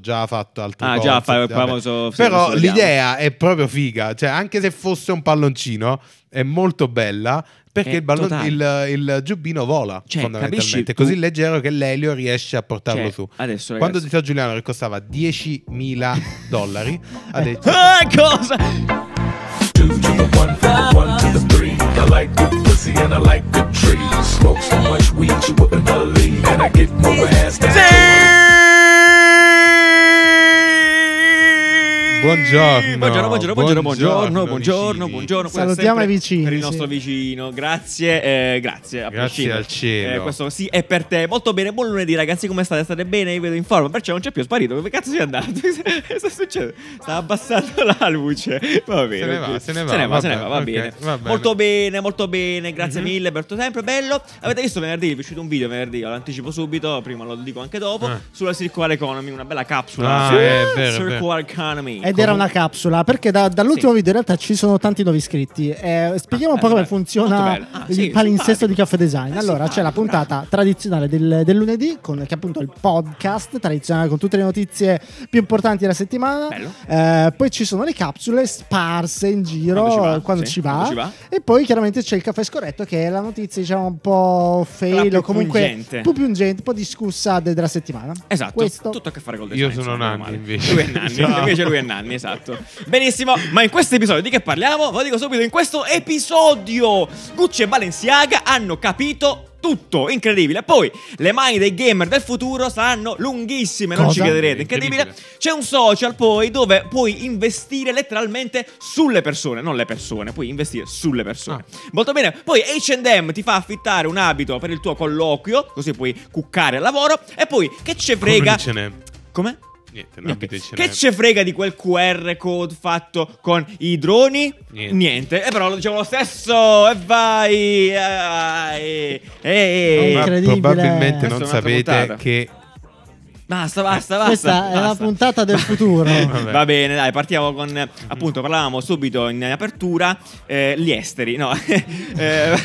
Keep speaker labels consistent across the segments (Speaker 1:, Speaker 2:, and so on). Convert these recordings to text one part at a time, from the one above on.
Speaker 1: già fatto altri
Speaker 2: Ah, già, fa-
Speaker 1: concept, vabbè.
Speaker 2: famoso- sì,
Speaker 1: Però
Speaker 2: adesso vediamo.
Speaker 1: l'idea è proprio figa, cioè anche se fosse un palloncino è molto bella perché
Speaker 2: È
Speaker 1: il, ballon-
Speaker 2: totale.
Speaker 1: il- il giubbino vola
Speaker 2: Cioè,
Speaker 1: fondamentalmente,
Speaker 2: capisci?
Speaker 1: è così
Speaker 2: Tu-
Speaker 1: leggero che l'elio riesce a portarlo
Speaker 2: Cioè,
Speaker 1: su.
Speaker 2: adesso, ragazzi.
Speaker 1: Quando disse a Giuliano che costava 10.000 dollari, ha detto
Speaker 2: Ah, cosa?
Speaker 3: Two to the one, from one to the three. I like good pussy and I like good trees. Smoke so much weed you wouldn't believe, and I get more ass than.
Speaker 1: Buongiorno.
Speaker 2: Buongiorno, buongiorno, buongiorno, buongiorno, buongiorno,
Speaker 1: vicini.
Speaker 2: buongiorno. come
Speaker 4: Salutiamo
Speaker 2: sempre,
Speaker 4: i vicini,
Speaker 2: Per il
Speaker 4: sì.
Speaker 2: nostro vicino, grazie, eh, grazie. a
Speaker 1: Grazie
Speaker 2: prescindere.
Speaker 1: al cielo.
Speaker 2: Eh, questo sì, è per te. Molto bene, buon lunedì ragazzi, come state? State bene? Io vedo in forma, perciò non c'è più, è sparito. Dove cazzo sei andato? Sta succedendo? Sta abbassando la luce. Va bene.
Speaker 1: Se ne
Speaker 2: ok.
Speaker 1: va, se ne va,
Speaker 2: Se ne va,
Speaker 1: va
Speaker 2: se ne va,
Speaker 1: bene,
Speaker 2: va
Speaker 1: ok,
Speaker 2: bene.
Speaker 1: va bene.
Speaker 2: Molto bene, molto bene,
Speaker 1: Mhm.
Speaker 2: grazie mille per il tuo tempo, è bello. Avete visto venerdì, vi è uscito un video venerdì, lo anticipo subito, prima lo dico anche dopo,
Speaker 1: Ah.
Speaker 2: sulla Circular Economy, una bella capsula.
Speaker 1: Ah,
Speaker 2: su-
Speaker 1: è vero, è vero.
Speaker 2: Circular Economy.
Speaker 4: Ed era una capsula, perché da- dall'ultimo
Speaker 2: Sì.
Speaker 4: video in realtà ci sono tanti nuovi iscritti. Eh, spieghiamo un po'
Speaker 2: bello, bello. Molto
Speaker 4: come funziona
Speaker 2: bello. Ah,
Speaker 4: il
Speaker 2: sì,
Speaker 4: palinsesto
Speaker 2: simpatico.
Speaker 4: di Caffè Design.
Speaker 2: Eh,
Speaker 4: Allora, c'è
Speaker 2: simpatico,
Speaker 4: la puntata tradizionale del, del lunedì, con, che è appunto il podcast tradizionale con tutte le notizie più importanti della settimana.
Speaker 2: Bello.
Speaker 4: Eh, poi ci sono le capsule sparse in giro
Speaker 2: Quando ci va,
Speaker 4: eh, quando
Speaker 2: sì,
Speaker 4: ci va.
Speaker 2: quando ci va.
Speaker 4: E poi chiaramente c'è il caffè scorretto, che è la notizia, diciamo, un po' fail
Speaker 2: più
Speaker 4: o comunque
Speaker 2: pungente.
Speaker 4: un po' piungente, un po' discussa de- della settimana.
Speaker 2: Esatto,
Speaker 4: Questo.
Speaker 2: tutto a che fare col
Speaker 1: Io
Speaker 2: design.
Speaker 1: sono
Speaker 2: insomma,
Speaker 1: Nanni,
Speaker 2: male.
Speaker 1: invece.
Speaker 2: Lui è Nanni,
Speaker 1: Ciao.
Speaker 2: invece lui è Nanni, esatto. Benissimo, ma in questo episodio di che parliamo? Ve lo dico subito, in questo episodio Gucci e Balenciaga hanno capito tutto, incredibile. Poi le mani dei gamer del futuro saranno lunghissime, non
Speaker 4: Cosa?
Speaker 2: ci crederete, incredibile. C'è un social poi dove puoi investire letteralmente sulle persone, non le persone, puoi investire sulle
Speaker 1: Ah.
Speaker 2: persone. Molto bene, poi H&M ti fa affittare un abito per il tuo colloquio, così puoi cuccare al lavoro e poi che ce frega
Speaker 1: Come non ce n'è?
Speaker 2: Come?
Speaker 1: Niente, non abito in
Speaker 2: Che
Speaker 1: cinema.
Speaker 2: ce frega di quel QR code fatto con i droni?
Speaker 1: Niente.
Speaker 2: E però lo dicevo lo stesso. E vai. E,
Speaker 4: È
Speaker 2: e,
Speaker 4: incredibile.
Speaker 1: Probabilmente
Speaker 2: Questa
Speaker 1: non
Speaker 2: è un'altra
Speaker 1: sapete
Speaker 2: puntata.
Speaker 1: che
Speaker 2: Basta, basta, basta.
Speaker 4: Questa è la
Speaker 2: basta. Eh,
Speaker 4: puntata del futuro.
Speaker 1: Vabbè. Mm.
Speaker 2: Va bene, dai, partiamo con. eh, Appunto, parlavamo subito in apertura. eh, gli esteri, no? Eh,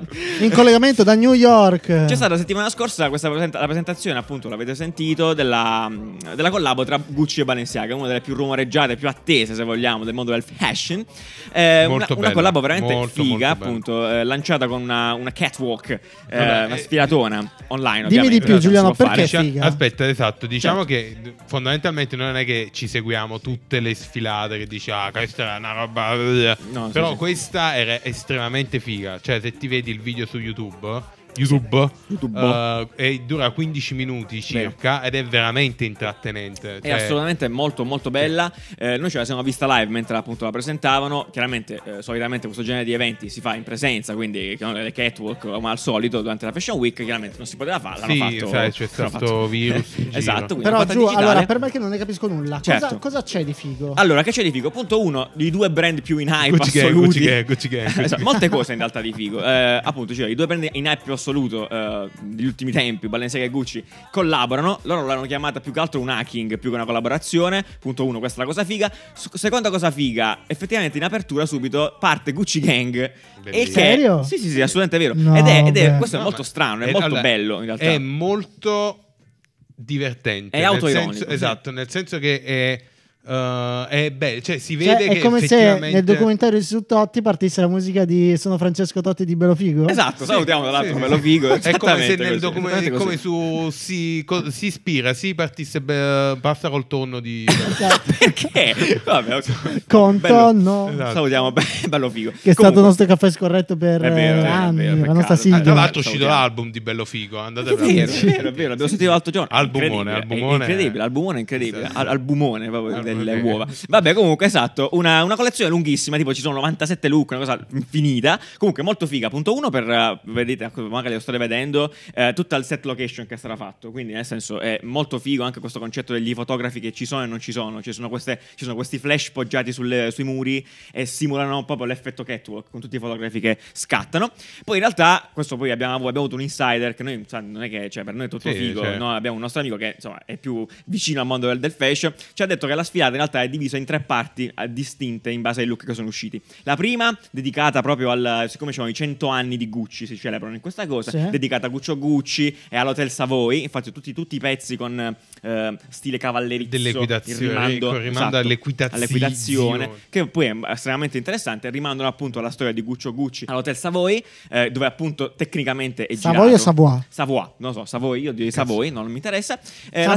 Speaker 4: In collegamento da New York.
Speaker 2: C'è stata la settimana scorsa questa presenta- la presentazione, appunto, l'avete sentito, della, della collabo tra Gucci e Balenciaga, una delle più rumoreggiate, più attese, se vogliamo, del mondo del fashion. Eh, una-
Speaker 1: Molto
Speaker 2: una,
Speaker 1: bella,
Speaker 2: collabo veramente
Speaker 1: molto,
Speaker 2: figa,
Speaker 1: molto bella.
Speaker 2: appunto, eh, lanciata con una, una catwalk, eh,
Speaker 1: Vabbè,
Speaker 2: una
Speaker 1: eh,
Speaker 2: sfilatona online.
Speaker 4: Dimmi di
Speaker 2: ovviamente,
Speaker 4: più,
Speaker 2: non si
Speaker 4: Giuliano,
Speaker 2: può
Speaker 4: perché-
Speaker 1: Dicia-
Speaker 2: fare.
Speaker 4: figa.
Speaker 1: Ah, diciamo- Aspetta, esatto, diciamo che d- fondamentalmente non è che ci seguiamo tutte le sfilate che dici ah, questa è una roba
Speaker 2: No, sì,
Speaker 1: Però
Speaker 2: sì.
Speaker 1: questa era estremamente figa, cioè se ti vedi il video su YouTube YouTube,
Speaker 2: YouTube.
Speaker 1: eh, e dura 15 minuti circa ed è veramente intrattenente.
Speaker 2: È
Speaker 1: cioè-
Speaker 2: assolutamente molto molto bella. Eh, noi ce la siamo vista live mentre appunto la presentavano. Chiaramente, eh, solitamente questo genere di eventi si fa in presenza, quindi con le catwalk come al solito durante la Fashion Week. Chiaramente non si poteva fare, l'hanno
Speaker 1: Sì,
Speaker 2: fatto.
Speaker 1: sai, c'è
Speaker 2: l'hanno
Speaker 1: stato
Speaker 2: fatto.
Speaker 1: virus in
Speaker 2: esatto,
Speaker 1: giro.
Speaker 2: quindi
Speaker 4: Però
Speaker 2: fatta
Speaker 4: giù,
Speaker 2: digitale.
Speaker 4: allora, per me che non ne capisco nulla.
Speaker 2: Certo.
Speaker 4: Cosa, cosa c'è di figo?
Speaker 2: Allora, che c'è di figo? Appunto, uno dei due brand più in hype
Speaker 1: Gucci Gang,
Speaker 2: assoluti.
Speaker 1: Gucci Gang, Gucci Gang, Gucci
Speaker 2: Esatto,
Speaker 1: Gang.
Speaker 2: molte cose in realtà di figo. Eh, appunto, cioè, i due brand in hype più assoluto eh, degli ultimi tempi, Balenciaga e Gucci, collaborano. Loro l'hanno chiamata più che altro un hacking, più che una collaborazione. Punto uno, questa è la cosa figa. S- seconda cosa figa, effettivamente in apertura subito parte Gucci Gang.
Speaker 1: Bellissimo.
Speaker 2: E che-
Speaker 4: Serio?
Speaker 2: Sì, sì, sì, assolutamente vero.
Speaker 4: No,
Speaker 2: ed è, ed è-
Speaker 4: beh.
Speaker 2: questo è
Speaker 1: No,
Speaker 2: molto
Speaker 1: ma-
Speaker 2: strano, è
Speaker 1: eh,
Speaker 2: molto
Speaker 1: allora, eh,
Speaker 2: bello in realtà.
Speaker 1: È molto divertente.
Speaker 2: È
Speaker 1: nel
Speaker 2: autoironico,
Speaker 1: senso-
Speaker 2: sì.
Speaker 1: Esatto, nel senso che è... eh, è bello, cioè si
Speaker 4: Cioè,
Speaker 1: vede che
Speaker 4: è come
Speaker 1: effettivamente...
Speaker 4: se nel documentario su Totti partisse la musica di Sono Francesco Totti di Bello Figo.
Speaker 2: Esatto, salutiamo tra l'altro,
Speaker 1: Sì,
Speaker 2: bello
Speaker 1: sì.
Speaker 2: figo.
Speaker 1: È come se
Speaker 2: esattamente
Speaker 1: nel
Speaker 2: così,
Speaker 1: documento,
Speaker 2: esattamente così.
Speaker 1: come su si, co- si ispira, si partisse be- basta col tonno di
Speaker 4: Cioè,
Speaker 2: Perché? Vabbè, ok.
Speaker 4: Conto,
Speaker 2: Bello.
Speaker 4: no.
Speaker 1: Esatto.
Speaker 2: Salutiamo, be- bello figo.
Speaker 4: Che è stato
Speaker 2: Comunque,
Speaker 4: il nostro caffè scorretto per
Speaker 2: È vero,
Speaker 4: eh,
Speaker 2: è vero,
Speaker 4: anni,
Speaker 2: è vero,
Speaker 4: la
Speaker 1: Ah, tra
Speaker 2: peccato.
Speaker 4: nostra
Speaker 2: Salutiamo.
Speaker 4: sigla.
Speaker 1: l'altro è uscito
Speaker 2: Salutiamo.
Speaker 1: l'album di Bello Figo, eh, andate a
Speaker 2: È vero, è
Speaker 1: vedere.
Speaker 2: vero, è vero, l'abbiamo sentito l'altro giorno.
Speaker 1: Albumone,
Speaker 2: Incredibile,
Speaker 1: albumone.
Speaker 2: è Incredibile, albumone, incredibile.
Speaker 1: Esatto.
Speaker 2: Al- albumone proprio
Speaker 1: Albumone.
Speaker 2: delle uova. Vabbè, comunque, esatto, una, una collezione lunghissima, tipo ci sono 97 look, una cosa infinita. Comunque, molto figa. Punto uno per, eh, vedete, ecco, magari lo state vedendo, eh, tutta il set location che sarà fatto. Quindi, nel senso, è molto figo anche questo concetto degli fotografi che ci sono e non ci sono. Ci sono, queste, ci sono questi flash poggiati sulle- sui muri e simulano proprio l'effetto catwalk con tutti i fotografi che scattano. Poi in realtà, questo poi abbiamo, abbiamo avuto un insider che noi, sa, non è che cioè, per noi è tutto
Speaker 1: Sì,
Speaker 2: figo,
Speaker 1: cioè.
Speaker 2: no? abbiamo un nostro amico che insomma è più vicino al mondo del, del fashion, ci ha detto che la sfida compilata in realtà è divisa in tre parti eh, distinte in base ai look che sono usciti. La prima, dedicata proprio al. siccome c'erano i 100 anni di Gucci, si celebrano in questa cosa,
Speaker 4: Sì.
Speaker 2: dedicata a Guccio Gucci e all'Hotel Savoy. Infatti, tutti, tutti i pezzi con eh, stile cavallerizzo
Speaker 1: Dell'equitazione,
Speaker 2: il rimando, esatto,
Speaker 1: ecco, il rimando all'equitazio-
Speaker 2: all'equitazione, che poi è estremamente interessante. Rimandano appunto alla storia di Guccio Gucci all'Hotel Savoy, eh, dove appunto tecnicamente è
Speaker 4: Savoy
Speaker 2: girato.
Speaker 4: o Savoy?
Speaker 2: Savoy, non lo so, Savoy, io direi Savoy, no, non mi interessa. Eh, la-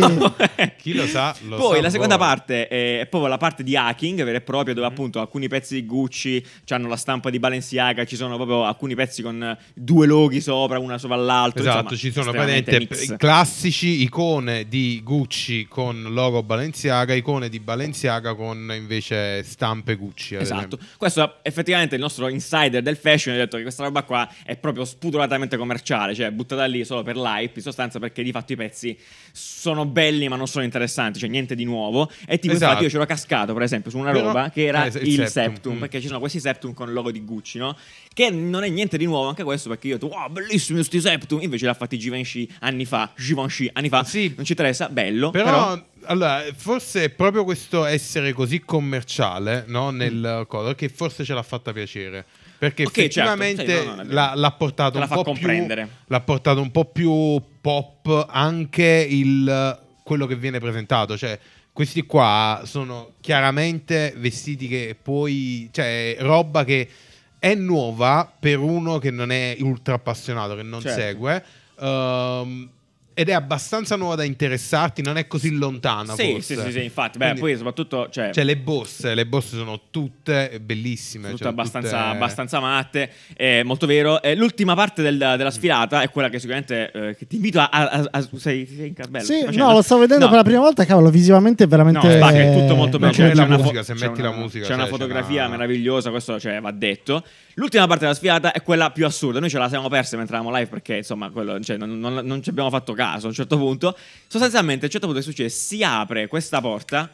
Speaker 2: Savoy.
Speaker 1: Chi lo sa, lo
Speaker 2: Poi
Speaker 1: sa
Speaker 2: la seconda
Speaker 1: voi.
Speaker 2: parte è, è proprio la parte di hacking vera e propria,
Speaker 1: Mm-hmm.
Speaker 2: dove appunto alcuni pezzi di Gucci hanno la stampa di Balenciaga, ci sono proprio alcuni pezzi con eh, due loghi sopra, una sopra l'altra.
Speaker 1: Esatto,
Speaker 2: insomma,
Speaker 1: ci sono
Speaker 2: estremamente
Speaker 1: praticamente
Speaker 2: mix.
Speaker 1: p- classici icone di Gucci con logo Balenciaga, icone di Balenciaga con invece stampe Gucci. ad
Speaker 2: Esatto,
Speaker 1: esempio.
Speaker 2: questo effettivamente il nostro insider del fashion ha detto che questa roba qua è proprio spudoratamente commerciale, cioè buttata lì solo per l'hype, in sostanza perché di fatto i pezzi sono belli ma non sono interessanti, cioè niente di nuovo. E tipo
Speaker 1: Esatto.
Speaker 2: infatti io c'ero cascato per esempio su una
Speaker 1: Però-
Speaker 2: roba che era
Speaker 1: eh, il
Speaker 2: il septum,
Speaker 1: septum, mm.
Speaker 2: perché ci sono questi septum con il logo di Gucci, no? Che non è niente di nuovo anche questo perché io ho detto wow bellissimi questi septum, invece l'ha fatti Givenchy anni fa, Givenchy anni fa,
Speaker 1: Sì.
Speaker 2: non ci interessa, bello,
Speaker 1: Però,
Speaker 2: però...
Speaker 1: allora, forse è proprio questo essere così commerciale no, nel color che forse ce l'ha fatta piacere. Perché
Speaker 2: Mm. Ok,
Speaker 1: effettivamente
Speaker 2: certo, sì, no, no, è vero.
Speaker 1: l'ha, l'ha portato
Speaker 2: Te la
Speaker 1: un
Speaker 2: fa
Speaker 1: po'
Speaker 2: comprendere.
Speaker 1: più l'ha portato un po' più pop anche il, quello che viene presentato. Cioè, questi qua sono chiaramente vestiti che poi. cioè, roba che è nuova per uno che non è ultra appassionato, che non
Speaker 2: Certo.
Speaker 1: segue. ehm, ed è abbastanza nuova da interessarti, non è così lontana.
Speaker 2: Sì,
Speaker 1: forse.
Speaker 2: sì, sì, sì, infatti, beh,
Speaker 1: Quindi-
Speaker 2: poi soprattutto... Cioè,
Speaker 1: Cioè, le borse, le borse sono tutte bellissime.
Speaker 2: Tutte
Speaker 1: cioè,
Speaker 2: abbastanza,
Speaker 1: tutte-
Speaker 2: abbastanza matte, è molto vero. Eh, l'ultima parte del-
Speaker 1: Mm.
Speaker 2: della sfilata è quella che sicuramente eh, che ti invito a. a- a- a- sei, sei in cartello?
Speaker 4: Sì,
Speaker 2: Sto facendo?
Speaker 4: no, lo stavo vedendo
Speaker 2: No.
Speaker 4: per la prima volta, cavolo, visivamente è veramente...
Speaker 2: No, sbaglia, è tutto molto
Speaker 1: Ma
Speaker 2: bello.
Speaker 1: pure
Speaker 2: C'è
Speaker 1: la
Speaker 2: una
Speaker 1: musica,
Speaker 2: fo-
Speaker 1: se
Speaker 2: c'è
Speaker 1: metti
Speaker 2: una-
Speaker 1: la musica,
Speaker 2: C'è una
Speaker 1: cioè, c'è
Speaker 2: fotografia
Speaker 1: una-
Speaker 2: meravigliosa, questo cioè, va detto. L'ultima parte della sfilata è quella più assurda. Noi ce la siamo persa mentre eravamo live perché, insomma, quello- cioè, non, non- non ci abbiamo fatto caso a un certo punto. Sostanzialmente, a un certo punto, che succede? Si apre questa porta.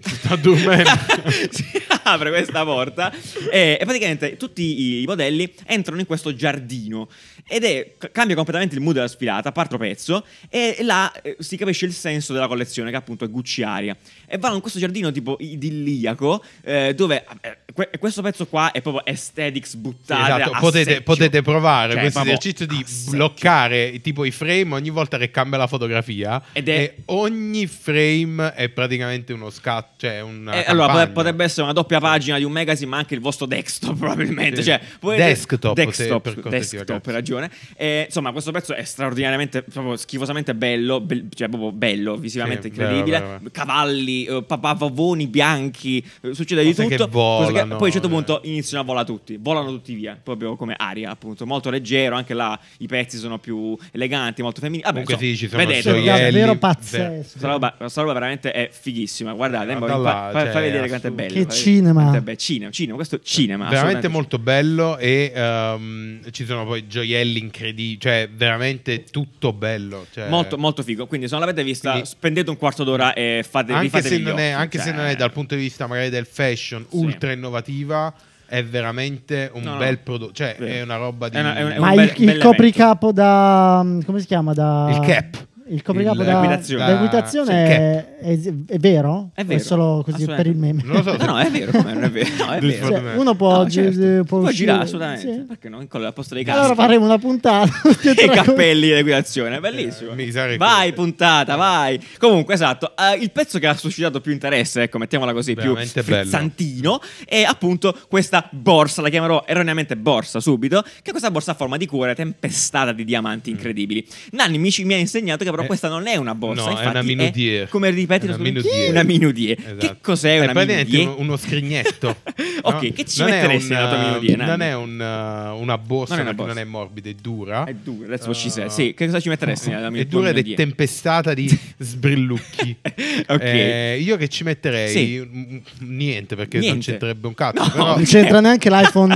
Speaker 1: Sta dormendo.
Speaker 2: si apre questa porta e, e praticamente tutti i modelli entrano in questo giardino ed è c- cambia completamente il mood della sfilata, parto pezzo e là eh, si capisce il senso della collezione che appunto è Gucci Aria e vanno in questo giardino tipo idilliaco eh, dove eh, que- questo pezzo qua è proprio aesthetics buttate
Speaker 1: Esatto,
Speaker 2: a
Speaker 1: potete,
Speaker 2: secchio.
Speaker 1: potete provare
Speaker 2: Cioè,
Speaker 1: questo
Speaker 2: proprio
Speaker 1: esercizio di
Speaker 2: a secchio.
Speaker 1: bloccare tipo i frame ogni volta che cambia la fotografia
Speaker 2: Ed è-
Speaker 1: e ogni frame è praticamente uno scatto, cioè una
Speaker 2: Eh, allora,
Speaker 1: campagna.
Speaker 2: pote- potrebbe essere una doppia pagina di un magazine, ma anche il vostro desktop, probabilmente.
Speaker 1: Sì.
Speaker 2: Cioè, voi-
Speaker 1: Desktop, se-
Speaker 2: desktop,
Speaker 1: per cortesia,
Speaker 2: desktop,
Speaker 1: ragazzi.
Speaker 2: hai ragione. Eh, insomma, questo pezzo è straordinariamente, proprio schifosamente bello, be- cioè proprio bello, visivamente
Speaker 1: Sì,
Speaker 2: incredibile.
Speaker 1: vero, vero, vero.
Speaker 2: Cavalli, eh, pa- pa- pavoni bianchi, eh, succede di
Speaker 1: Cose che
Speaker 2: tutto. Cose
Speaker 1: volano,
Speaker 2: poi a un certo
Speaker 1: eh.
Speaker 2: punto iniziano a volare tutti, volano tutti via, proprio come aria, appunto. Molto leggero, anche là i pezzi sono più eleganti, molto femminili. Vabbè,
Speaker 1: Comunque
Speaker 2: insomma,
Speaker 1: sì, ci sono
Speaker 2: vedete,
Speaker 4: Cioè,
Speaker 1: gioielli,
Speaker 4: davvero
Speaker 1: vero.
Speaker 4: pazzesco.
Speaker 2: questa roba, questa roba veramente è fighissima. Guardate,
Speaker 1: Guarda
Speaker 2: fa,
Speaker 1: là,
Speaker 2: fa-
Speaker 1: cioè,
Speaker 2: fa vedere quanto è
Speaker 1: assurdo. Cioè,
Speaker 2: bello.
Speaker 4: Che
Speaker 2: fa-
Speaker 4: cinema.
Speaker 2: quanto è bello. Cinema, cinema, questo è cinema.
Speaker 1: veramente
Speaker 2: assolutamente.
Speaker 1: molto bello e ehm, ci sono poi gioielli incredibili, cioè veramente tutto bello, cioè-
Speaker 2: Molto, molto figo. Quindi, se non l'avete vista,
Speaker 1: Quindi-
Speaker 2: spendete un quarto d'ora e fate, vi
Speaker 1: anche
Speaker 2: fate
Speaker 1: se,
Speaker 2: gli
Speaker 1: non è,
Speaker 2: occhi,
Speaker 1: anche se
Speaker 2: cioè-
Speaker 1: non è dal punto di vista magari del fashion
Speaker 2: Sì.
Speaker 1: ultra innovativa è veramente un
Speaker 2: No, no.
Speaker 1: bel prodotto, cioè
Speaker 2: Vero.
Speaker 1: è una roba di
Speaker 2: È una- è una- è un
Speaker 4: Ma
Speaker 2: bel-
Speaker 4: il, il
Speaker 2: bell'evento.
Speaker 4: copricapo da. mm, come si chiama? Da,
Speaker 1: Il cap.
Speaker 4: Il copricapo
Speaker 1: Il-
Speaker 4: da.
Speaker 2: l'equitazione.
Speaker 4: da equitazione
Speaker 1: Sì, il
Speaker 4: è, è- è vero?
Speaker 2: È
Speaker 4: O
Speaker 2: vero,
Speaker 4: solo così per il meme.
Speaker 1: Non lo so.
Speaker 2: No, no, è vero, come non è vero. No, è
Speaker 1: Del
Speaker 2: vero.
Speaker 1: secondo
Speaker 4: Cioè,
Speaker 1: me.
Speaker 4: uno può,
Speaker 2: No,
Speaker 4: gi-
Speaker 2: certo.
Speaker 4: può
Speaker 2: Può
Speaker 4: uscire-
Speaker 2: girare assolutamente.
Speaker 4: sì.
Speaker 2: Perché no? Con la posta dei
Speaker 4: Allora
Speaker 2: caschi.
Speaker 4: faremo una puntata. tutti e
Speaker 2: e
Speaker 4: tre
Speaker 2: i
Speaker 4: con-
Speaker 2: cappelli di equitazione, bellissimo.
Speaker 1: Eh, mi sa che-
Speaker 2: vai, puntata, vai. Comunque, esatto, eh, il pezzo che ha suscitato più interesse, ecco, mettiamola così, più
Speaker 1: Veramente bello.
Speaker 2: frizzantino, è appunto questa borsa, la chiamerò erroneamente borsa subito, che è questa borsa a forma di cuore tempestata di diamanti incredibili. Nanni mi, ci- mi ha insegnato che però
Speaker 1: Mm. Eh,
Speaker 2: questa non è una borsa,
Speaker 1: no, è
Speaker 2: infatti
Speaker 1: una minutier.
Speaker 2: come ripeti,
Speaker 1: Una
Speaker 2: scusami,
Speaker 1: minutier.
Speaker 2: una minutier. Che
Speaker 1: Esatto.
Speaker 2: cos'è
Speaker 1: È
Speaker 2: una
Speaker 1: praticamente
Speaker 2: minutier?
Speaker 1: uno- uno scrignetto,
Speaker 2: ok,
Speaker 1: no?
Speaker 2: che ci
Speaker 1: Non è
Speaker 2: metteresti
Speaker 1: un, eh,
Speaker 2: nella tua minutier?
Speaker 1: Non
Speaker 2: Nanni?
Speaker 1: è un, uh, una borsa
Speaker 2: Non è una
Speaker 1: perché
Speaker 2: borsa.
Speaker 1: non è morbida, è dura.
Speaker 2: È dura, that's what she
Speaker 1: Eh,
Speaker 2: said. Sì, che cosa ci metteresti nella mia
Speaker 1: È dura ed è
Speaker 2: minutier?
Speaker 1: tempestata di sbrillucchi.
Speaker 2: Ok.
Speaker 1: Eh, io che ci metterei?
Speaker 2: Sì.
Speaker 1: M- Niente perché non
Speaker 2: Niente.
Speaker 1: c'entrerebbe un cazzo.
Speaker 2: No,
Speaker 1: però
Speaker 4: Non c'entra neanche l'iPhone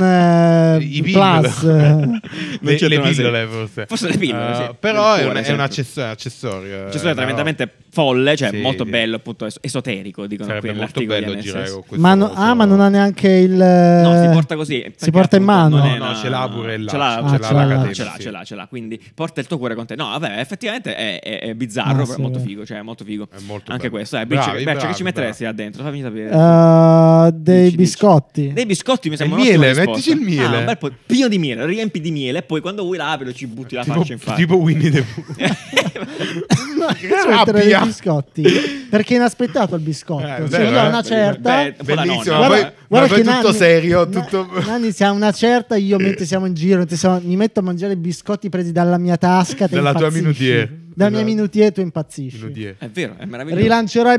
Speaker 4: eh,
Speaker 1: I Eh,
Speaker 4: Plus.
Speaker 1: pillole.
Speaker 2: Non
Speaker 1: le,
Speaker 2: c'entra
Speaker 1: le
Speaker 2: una serie.
Speaker 1: pillole forse.
Speaker 2: Forse le pillole,
Speaker 1: Eh,
Speaker 2: sì.
Speaker 1: Però
Speaker 2: Il
Speaker 1: è, un,
Speaker 2: cuore,
Speaker 1: è
Speaker 2: certo.
Speaker 1: un accessorio, un accessorio.
Speaker 2: Ci sono
Speaker 1: eh,
Speaker 2: tremendamente folle, cioè
Speaker 1: Sì,
Speaker 2: molto
Speaker 1: sì.
Speaker 2: bello, appunto es- esoterico, dicono
Speaker 1: Sarebbe
Speaker 2: qui
Speaker 1: molto
Speaker 2: nell'articolo
Speaker 1: bello
Speaker 2: di
Speaker 1: girare
Speaker 2: NSS.
Speaker 1: con questo.
Speaker 4: Ma no-
Speaker 1: coso.
Speaker 4: ah, ma non ha neanche il. eh,
Speaker 2: No, si porta così. perché
Speaker 4: porta in
Speaker 2: appunto
Speaker 4: mano?
Speaker 2: non è
Speaker 1: No,
Speaker 2: una-
Speaker 1: no, ce l'ha pure là,
Speaker 2: Ce l'ha,
Speaker 4: ce l'ha
Speaker 2: ce l'ha,
Speaker 4: la catena,
Speaker 2: ce l'ha,
Speaker 1: sì.
Speaker 2: ce l'ha, ce l'ha, Quindi porta il tuo cuore con te. No, vabbè, effettivamente è, è- è bizzarro,
Speaker 4: Ah,
Speaker 2: però
Speaker 4: sì,
Speaker 2: è molto
Speaker 4: beh.
Speaker 2: figo, cioè è molto figo.
Speaker 1: È molto
Speaker 2: Anche
Speaker 1: bello.
Speaker 2: questo, eh,
Speaker 1: Bravi,
Speaker 2: Birch, Birch, che
Speaker 1: bravi,
Speaker 2: ci metteresti
Speaker 1: bravi.
Speaker 2: là dentro? Fammi sapere.
Speaker 4: Eh, dei
Speaker 2: Dici, dici.
Speaker 4: biscotti.
Speaker 2: Dei biscotti mi sembra
Speaker 1: Il
Speaker 2: un'ottima
Speaker 1: miele,
Speaker 2: risposta.
Speaker 1: mettici il miele.
Speaker 2: Ah, un bel po' pieno di miele, riempi di miele e poi quando vuoi l'apri ci butti la faccia
Speaker 1: Tipo,
Speaker 2: in faccia.
Speaker 1: tipo Winnie the Pooh.
Speaker 4: No, che ci mettere dei
Speaker 1: Rabbia.
Speaker 4: biscotti. Perché è inaspettato il biscotto.
Speaker 1: Eh,
Speaker 4: Cioè,
Speaker 1: vero,
Speaker 4: uno ha
Speaker 1: eh.
Speaker 4: una certa.
Speaker 2: Beh, un po' da
Speaker 1: Bellissimo,
Speaker 2: nonna.
Speaker 1: ma
Speaker 2: Guarda-
Speaker 1: poi, ma poi
Speaker 4: che
Speaker 1: tutto
Speaker 4: Nanni-
Speaker 1: serio,
Speaker 4: Na-
Speaker 1: tutto...
Speaker 4: Nanni siamo una certa, io mentre siamo in giro, mentre siamo- mi metto a mangiare biscotti presi dalla mia tasca. te
Speaker 1: Dalla tua
Speaker 4: impazzisci.
Speaker 1: minutier.
Speaker 4: Dalla
Speaker 1: Esatto.
Speaker 4: mia minutier tu impazzisci.
Speaker 1: Minutie.
Speaker 2: È vero, è meraviglioso.
Speaker 4: Rilancerò i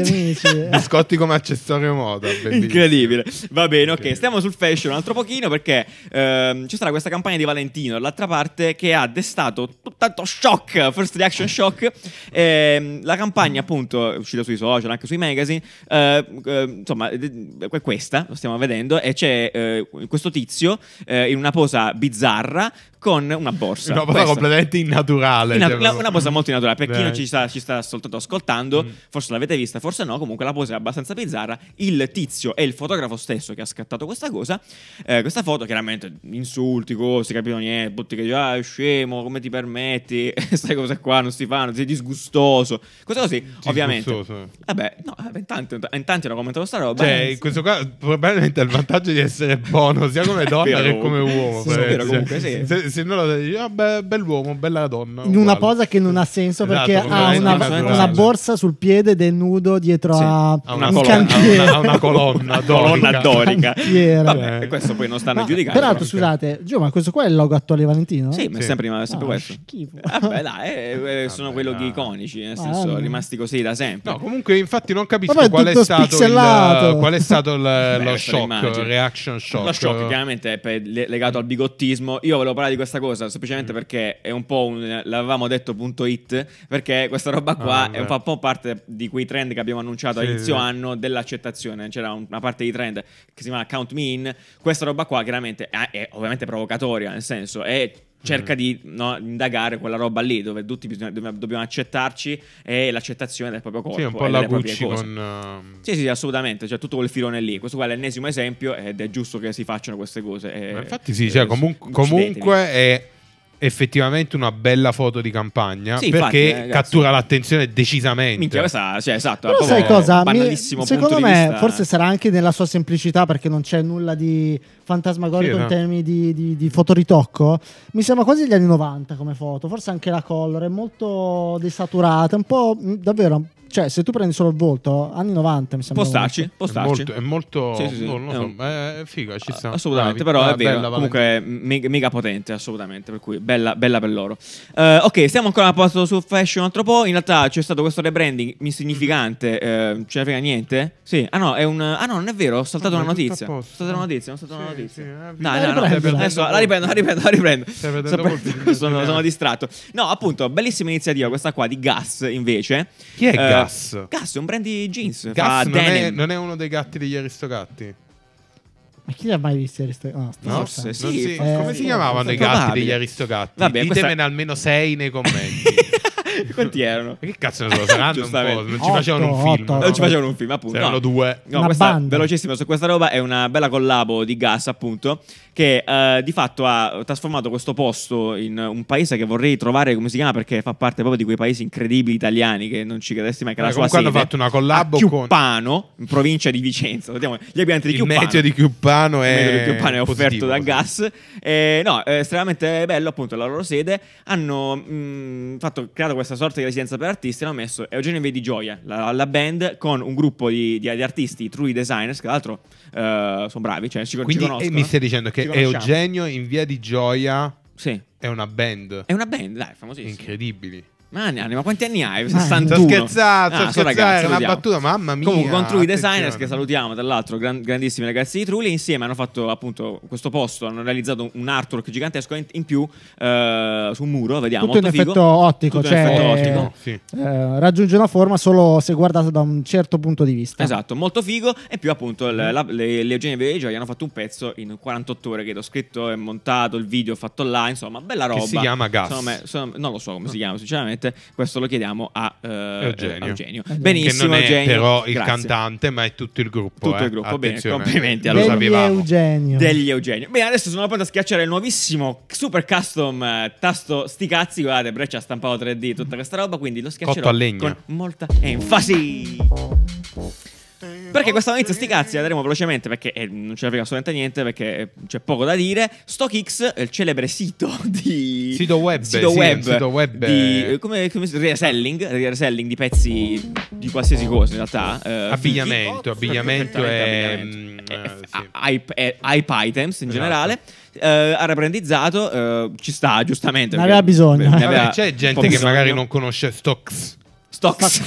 Speaker 4: amici.
Speaker 1: Biscotti come accessorio moda. bellissimo.
Speaker 2: Incredibile. Va bene, ok.
Speaker 1: Incredibile.
Speaker 2: Stiamo sul fashion un altro pochino perché ehm, ci sarà questa campagna di Valentino dall'altra parte che ha destato t- tanto shock, first reaction shock. Ehm, la campagna appunto è uscita sui social, anche sui magazine, eh, eh, insomma d- è questa, lo stiamo vedendo, e c'è eh, questo tizio eh, in una posa bizzarra con una borsa.
Speaker 1: Una cosa
Speaker 2: Questa.
Speaker 1: completamente innaturale.
Speaker 2: Inna-
Speaker 1: cioè, Eh,
Speaker 2: una,
Speaker 1: proprio-
Speaker 2: una posa molto naturale per chi non
Speaker 1: Dai.
Speaker 2: ci sta, ci sta soltanto ascoltando
Speaker 1: Mm.
Speaker 2: forse l'avete vista forse no comunque la posa è abbastanza bizzarra il tizio è il fotografo stesso che ha scattato questa cosa eh, questa foto chiaramente insulti cose capito niente butti che dici, ah è scemo come ti permetti queste cose qua non si fanno sei disgustoso cose così ovviamente
Speaker 1: Disgustoso.
Speaker 2: vabbè no eh, in tanti, in tanti hanno commentato sta roba
Speaker 1: Cioè, in questo qua probabilmente ha il vantaggio di essere buono sia come donna
Speaker 2: Vero,
Speaker 1: che come
Speaker 2: comunque.
Speaker 1: uomo.
Speaker 2: Sì,
Speaker 1: perché
Speaker 2: vero,
Speaker 1: se-
Speaker 2: comunque, sì.
Speaker 1: se, se no lo dici, ah, beh, bell'uomo, bella donna.
Speaker 4: In una
Speaker 1: uguale.
Speaker 4: posa che non ha senso
Speaker 1: Esatto,
Speaker 4: perché ha
Speaker 1: completamente
Speaker 4: una,
Speaker 1: innaturale.
Speaker 4: una borsa sul piede del nudo dietro
Speaker 2: Sì,
Speaker 4: a
Speaker 1: Ha
Speaker 2: una
Speaker 1: una,
Speaker 4: un
Speaker 1: colonna,
Speaker 4: cantiere.
Speaker 1: ha una- ha una colonna,
Speaker 2: una colonna dorica
Speaker 4: Cantiere.
Speaker 2: vabbè questo poi non stanno
Speaker 4: Ma,
Speaker 2: giudicando
Speaker 4: Peraltro,
Speaker 2: però.
Speaker 4: scusate, Gio, ma questo qua è il logo attuale di Valentino?
Speaker 2: Sì, ma è
Speaker 1: Sì.
Speaker 2: sempre, ma è sempre
Speaker 4: Ah,
Speaker 2: questo.
Speaker 4: schifo.
Speaker 2: Vabbè, dai, eh, eh, sono
Speaker 1: Vabbè,
Speaker 2: quelli
Speaker 1: dai.
Speaker 2: iconici, nel
Speaker 4: Ah,
Speaker 2: senso,
Speaker 4: no.
Speaker 2: rimasti così da sempre.
Speaker 1: No, comunque, infatti, non capisco
Speaker 4: Vabbè,
Speaker 1: qual, è
Speaker 4: tutto
Speaker 1: stato il,
Speaker 4: spixellato.
Speaker 1: qual è stato il- eh, lo
Speaker 2: questa
Speaker 1: shock,
Speaker 2: l'immagine.
Speaker 1: reaction shock.
Speaker 2: Lo shock chiaramente è per- le- legato al bigottismo. Io volevo parlare di questa cosa
Speaker 1: Mm.
Speaker 2: semplicemente perché è un po' un l'avevamo detto.it perché questa roba qua
Speaker 1: Ah,
Speaker 2: è un
Speaker 1: beh.
Speaker 2: po' parte di quei trend che abbiamo annunciato
Speaker 1: Sì,
Speaker 2: all'inizio
Speaker 1: sì.
Speaker 2: anno dell'accettazione. C'era un- una parte di trend che si chiama Count Me In. Questa roba qua chiaramente è, è ovviamente provocatoria, nel senso è
Speaker 1: Mm.
Speaker 2: cerca di no, indagare quella roba lì dove tutti bisogna- dobbiamo- dobbiamo accettarci e l'accettazione del proprio corpo
Speaker 1: Sì, un po'
Speaker 2: e
Speaker 1: la
Speaker 2: delle proprie
Speaker 1: Gucci
Speaker 2: cose.
Speaker 1: con... ehm,
Speaker 2: Sì, sì, assolutamente, cioè tutto quel filone lì. Questo qua è l'ennesimo esempio ed è giusto che si facciano queste cose. eh. E-
Speaker 1: Ma infatti sì, cioè, comun-
Speaker 2: uccidetevi.
Speaker 1: comunque è effettivamente una bella foto di campagna
Speaker 2: Sì, infatti,
Speaker 1: perché
Speaker 2: eh, ragazzi.
Speaker 1: cattura l'attenzione decisamente.
Speaker 2: Minchia, questa, cioè, esatto,
Speaker 4: Però
Speaker 2: è proprio
Speaker 4: sai cosa? Mi-
Speaker 2: banalissimo
Speaker 4: secondo
Speaker 2: punto di
Speaker 4: me,
Speaker 2: vista.
Speaker 4: forse sarà anche nella sua semplicità, perché non c'è nulla di fantasmagorico
Speaker 1: Sì,
Speaker 4: in
Speaker 1: no.
Speaker 4: termini di, di- di fotoritocco. Mi sembra quasi degli anni 90 come foto, forse anche la color è molto desaturata, un po' mh, davvero. Cioè, se tu prendi solo il volto, anni 90 mi sembra.
Speaker 2: Può starci,
Speaker 4: molto.
Speaker 2: può
Speaker 1: è
Speaker 2: starci.
Speaker 1: molto, è molto
Speaker 2: Sì, sì, sì.
Speaker 1: boh, non lo
Speaker 2: È
Speaker 1: so,
Speaker 2: un-
Speaker 1: è figa, ci sta.
Speaker 2: Eh, Assolutamente,
Speaker 1: Bravi.
Speaker 2: però
Speaker 1: Ah,
Speaker 2: è vero.
Speaker 1: bella,
Speaker 2: comunque è mega, mega potente, assolutamente. Per cui bella, bella per loro. Eh, ok, stiamo ancora a posto su fashion un altro po'. In realtà c'è stato questo rebranding insignificante. eh,
Speaker 1: Mm-hmm.
Speaker 2: non ce ne frega niente? Sì. Ah no, è un. Ah no, non è vero, ho saltato
Speaker 1: Ah,
Speaker 2: una
Speaker 1: ma è tutto
Speaker 2: notizia.
Speaker 1: a
Speaker 2: Ho
Speaker 1: posto.
Speaker 2: saltato una notizia, ho saltato una
Speaker 1: Sì,
Speaker 2: notizia.
Speaker 1: sì, eh,
Speaker 2: Dai,
Speaker 4: vi-
Speaker 2: no, no,
Speaker 4: Dai, riprendila.
Speaker 2: adesso la riprendo, la riprendo, la riprendo.
Speaker 1: Stai perdendo
Speaker 2: Sapete-
Speaker 1: colpi,
Speaker 2: sono,
Speaker 1: bisogna-
Speaker 2: sono distratto. No, appunto, bellissima iniziativa questa qua di Gas invece.
Speaker 1: Chi è
Speaker 2: Eh,
Speaker 1: Gas?
Speaker 2: Gas è un brand di jeans. fa
Speaker 1: Gas non è,
Speaker 2: denim.
Speaker 1: non è uno dei gatti degli aristocatti?
Speaker 4: Ma chi li ha mai visti? ah, questi- No, sto
Speaker 2: No,
Speaker 4: scherzando.
Speaker 2: forse sì.
Speaker 1: Non si-
Speaker 4: forse
Speaker 1: come
Speaker 4: sì.
Speaker 1: si chiamavano i gatti
Speaker 2: Probabile.
Speaker 1: degli aristocratti?
Speaker 2: Vabbè,
Speaker 1: Ditemene
Speaker 2: questa-
Speaker 1: almeno sei nei commenti.
Speaker 2: Quanti erano?
Speaker 1: Ma che cazzo ne so, saranno un
Speaker 2: Giustamente.
Speaker 1: po', non ci
Speaker 4: Otto,
Speaker 1: facevano un film.
Speaker 4: otto.
Speaker 1: no?
Speaker 2: Non ci facevano un film, appunto.
Speaker 1: C'erano
Speaker 2: no. Eh,
Speaker 1: due.
Speaker 2: No,
Speaker 4: Una
Speaker 2: questa,
Speaker 4: banda.
Speaker 2: velocissima su questa roba è una bella collabo di Gas, appunto, che eh, di fatto ha trasformato questo posto in un paese che vorrei trovare come si chiama perché fa parte proprio di quei paesi incredibili italiani che non ci credesti mai che la
Speaker 1: Eh,
Speaker 2: sua
Speaker 1: comunque
Speaker 2: sede.
Speaker 1: hanno fatto una collabo
Speaker 2: a
Speaker 1: con-
Speaker 2: Ah, Chiuppano, in provincia di Vicenza. Vediamo, gli abitanti di
Speaker 1: Il
Speaker 2: Chiuppano.
Speaker 1: meteo di Chiuppano
Speaker 2: Il
Speaker 1: è
Speaker 2: metodo di Chiuppano è offerto
Speaker 1: Eh, positivo,
Speaker 2: da
Speaker 1: sì.
Speaker 2: Gas. Eh, no, è estremamente bello appunto la loro sede. Hanno mh, fatto, creato questa sorta di residenza per artisti. Hanno messo Eugenio Vedi Gioia, la, la band, con un gruppo di, di- di artisti, true designers, che tra l'altro eh, sono bravi, cioè ci, ci
Speaker 1: Quindi eh,
Speaker 2: conoscono.
Speaker 1: mi stai dicendo che
Speaker 2: Ci conosciamo.
Speaker 1: Eugenio in via di gioia
Speaker 2: Sì.
Speaker 1: è una band
Speaker 2: È una band, dai, famosissima.
Speaker 1: incredibili.
Speaker 2: Ma, anni- ma quanti anni hai?
Speaker 4: Ma-
Speaker 2: 61.
Speaker 1: Sto scherzando, sto
Speaker 2: Ah, sono
Speaker 1: scherzando, era una
Speaker 2: salutiamo.
Speaker 1: battuta, mamma mia,
Speaker 2: Comunque con True
Speaker 1: attenzione.
Speaker 2: Designers che salutiamo, tra l'altro, gran- grandissimi ragazzi di Trulli, insieme hanno fatto appunto questo posto, hanno realizzato un artwork gigantesco in, in più eh, su un muro, vediamo,
Speaker 4: Tutto in
Speaker 2: molto figo.
Speaker 4: effetto ottico,
Speaker 2: Tutto in
Speaker 4: cioè-
Speaker 2: effetto
Speaker 4: Eh,
Speaker 2: ottico.
Speaker 1: No, sì.
Speaker 4: Eh, raggiunge una forma solo se guardata da un certo punto di vista.
Speaker 2: Esatto, molto figo. E più appunto le, la, le, le Eugenie Viola di Gioia hanno fatto un pezzo in 48 ore che ho scritto e montato il video fatto là, insomma, bella roba.
Speaker 1: si chiama Gas.
Speaker 2: Secondo me- secondo me- non lo so come si chiama, sinceramente. ovviamente questo lo chiediamo a eh,
Speaker 1: Eugenio.
Speaker 2: eh, Eugenio.
Speaker 4: Che
Speaker 1: che
Speaker 2: Benissimo,
Speaker 1: non è
Speaker 2: Eugenio.
Speaker 1: però il
Speaker 2: grazie.
Speaker 1: cantante, ma è tutto il gruppo.
Speaker 2: Tutto il
Speaker 1: eh.
Speaker 2: gruppo, bene,
Speaker 1: Attenzione.
Speaker 2: complimenti,
Speaker 1: Lo
Speaker 2: allora.
Speaker 4: Degli
Speaker 1: sapevamo.
Speaker 4: Eugenio.
Speaker 2: Degli Eugenio. Beh, adesso sono pronto a schiacciare il nuovissimo super custom eh, tasto sti cazzi. Guardate, Breccia ha stampato 3D tutta questa roba, quindi lo schiaccerò
Speaker 1: Cotto a legno.
Speaker 2: con molta enfasi. Perché questa notizia sti cazzi la daremo velocemente perché eh, non ce la frega assolutamente niente perché eh, c'è poco da dire. StockX, eh, il celebre sito di
Speaker 1: Sito web,
Speaker 2: sito
Speaker 1: sì, è
Speaker 2: web,
Speaker 1: un sito web,
Speaker 2: di
Speaker 1: eh.
Speaker 2: come, come si reselling, reselling di pezzi di qualsiasi cosa in realtà, eh,
Speaker 1: Abbigliamento,
Speaker 2: fighi.
Speaker 1: abbigliamento e,
Speaker 2: Abbigliamento.
Speaker 1: mm,
Speaker 2: Eh,
Speaker 1: eh, sì.
Speaker 2: a- hype, eh, hype items in
Speaker 1: Esatto.
Speaker 2: generale. eh, ha rebrandizzato, eh, ci sta giustamente.
Speaker 4: Ne
Speaker 2: perché-
Speaker 4: aveva bisogno.
Speaker 2: ne
Speaker 4: Vabbè,
Speaker 1: Vabbè,
Speaker 2: aveva
Speaker 1: c'è
Speaker 2: un
Speaker 1: gente
Speaker 2: po'
Speaker 1: che
Speaker 2: bisogno.
Speaker 1: magari non conosce Stocks.
Speaker 2: Stocks,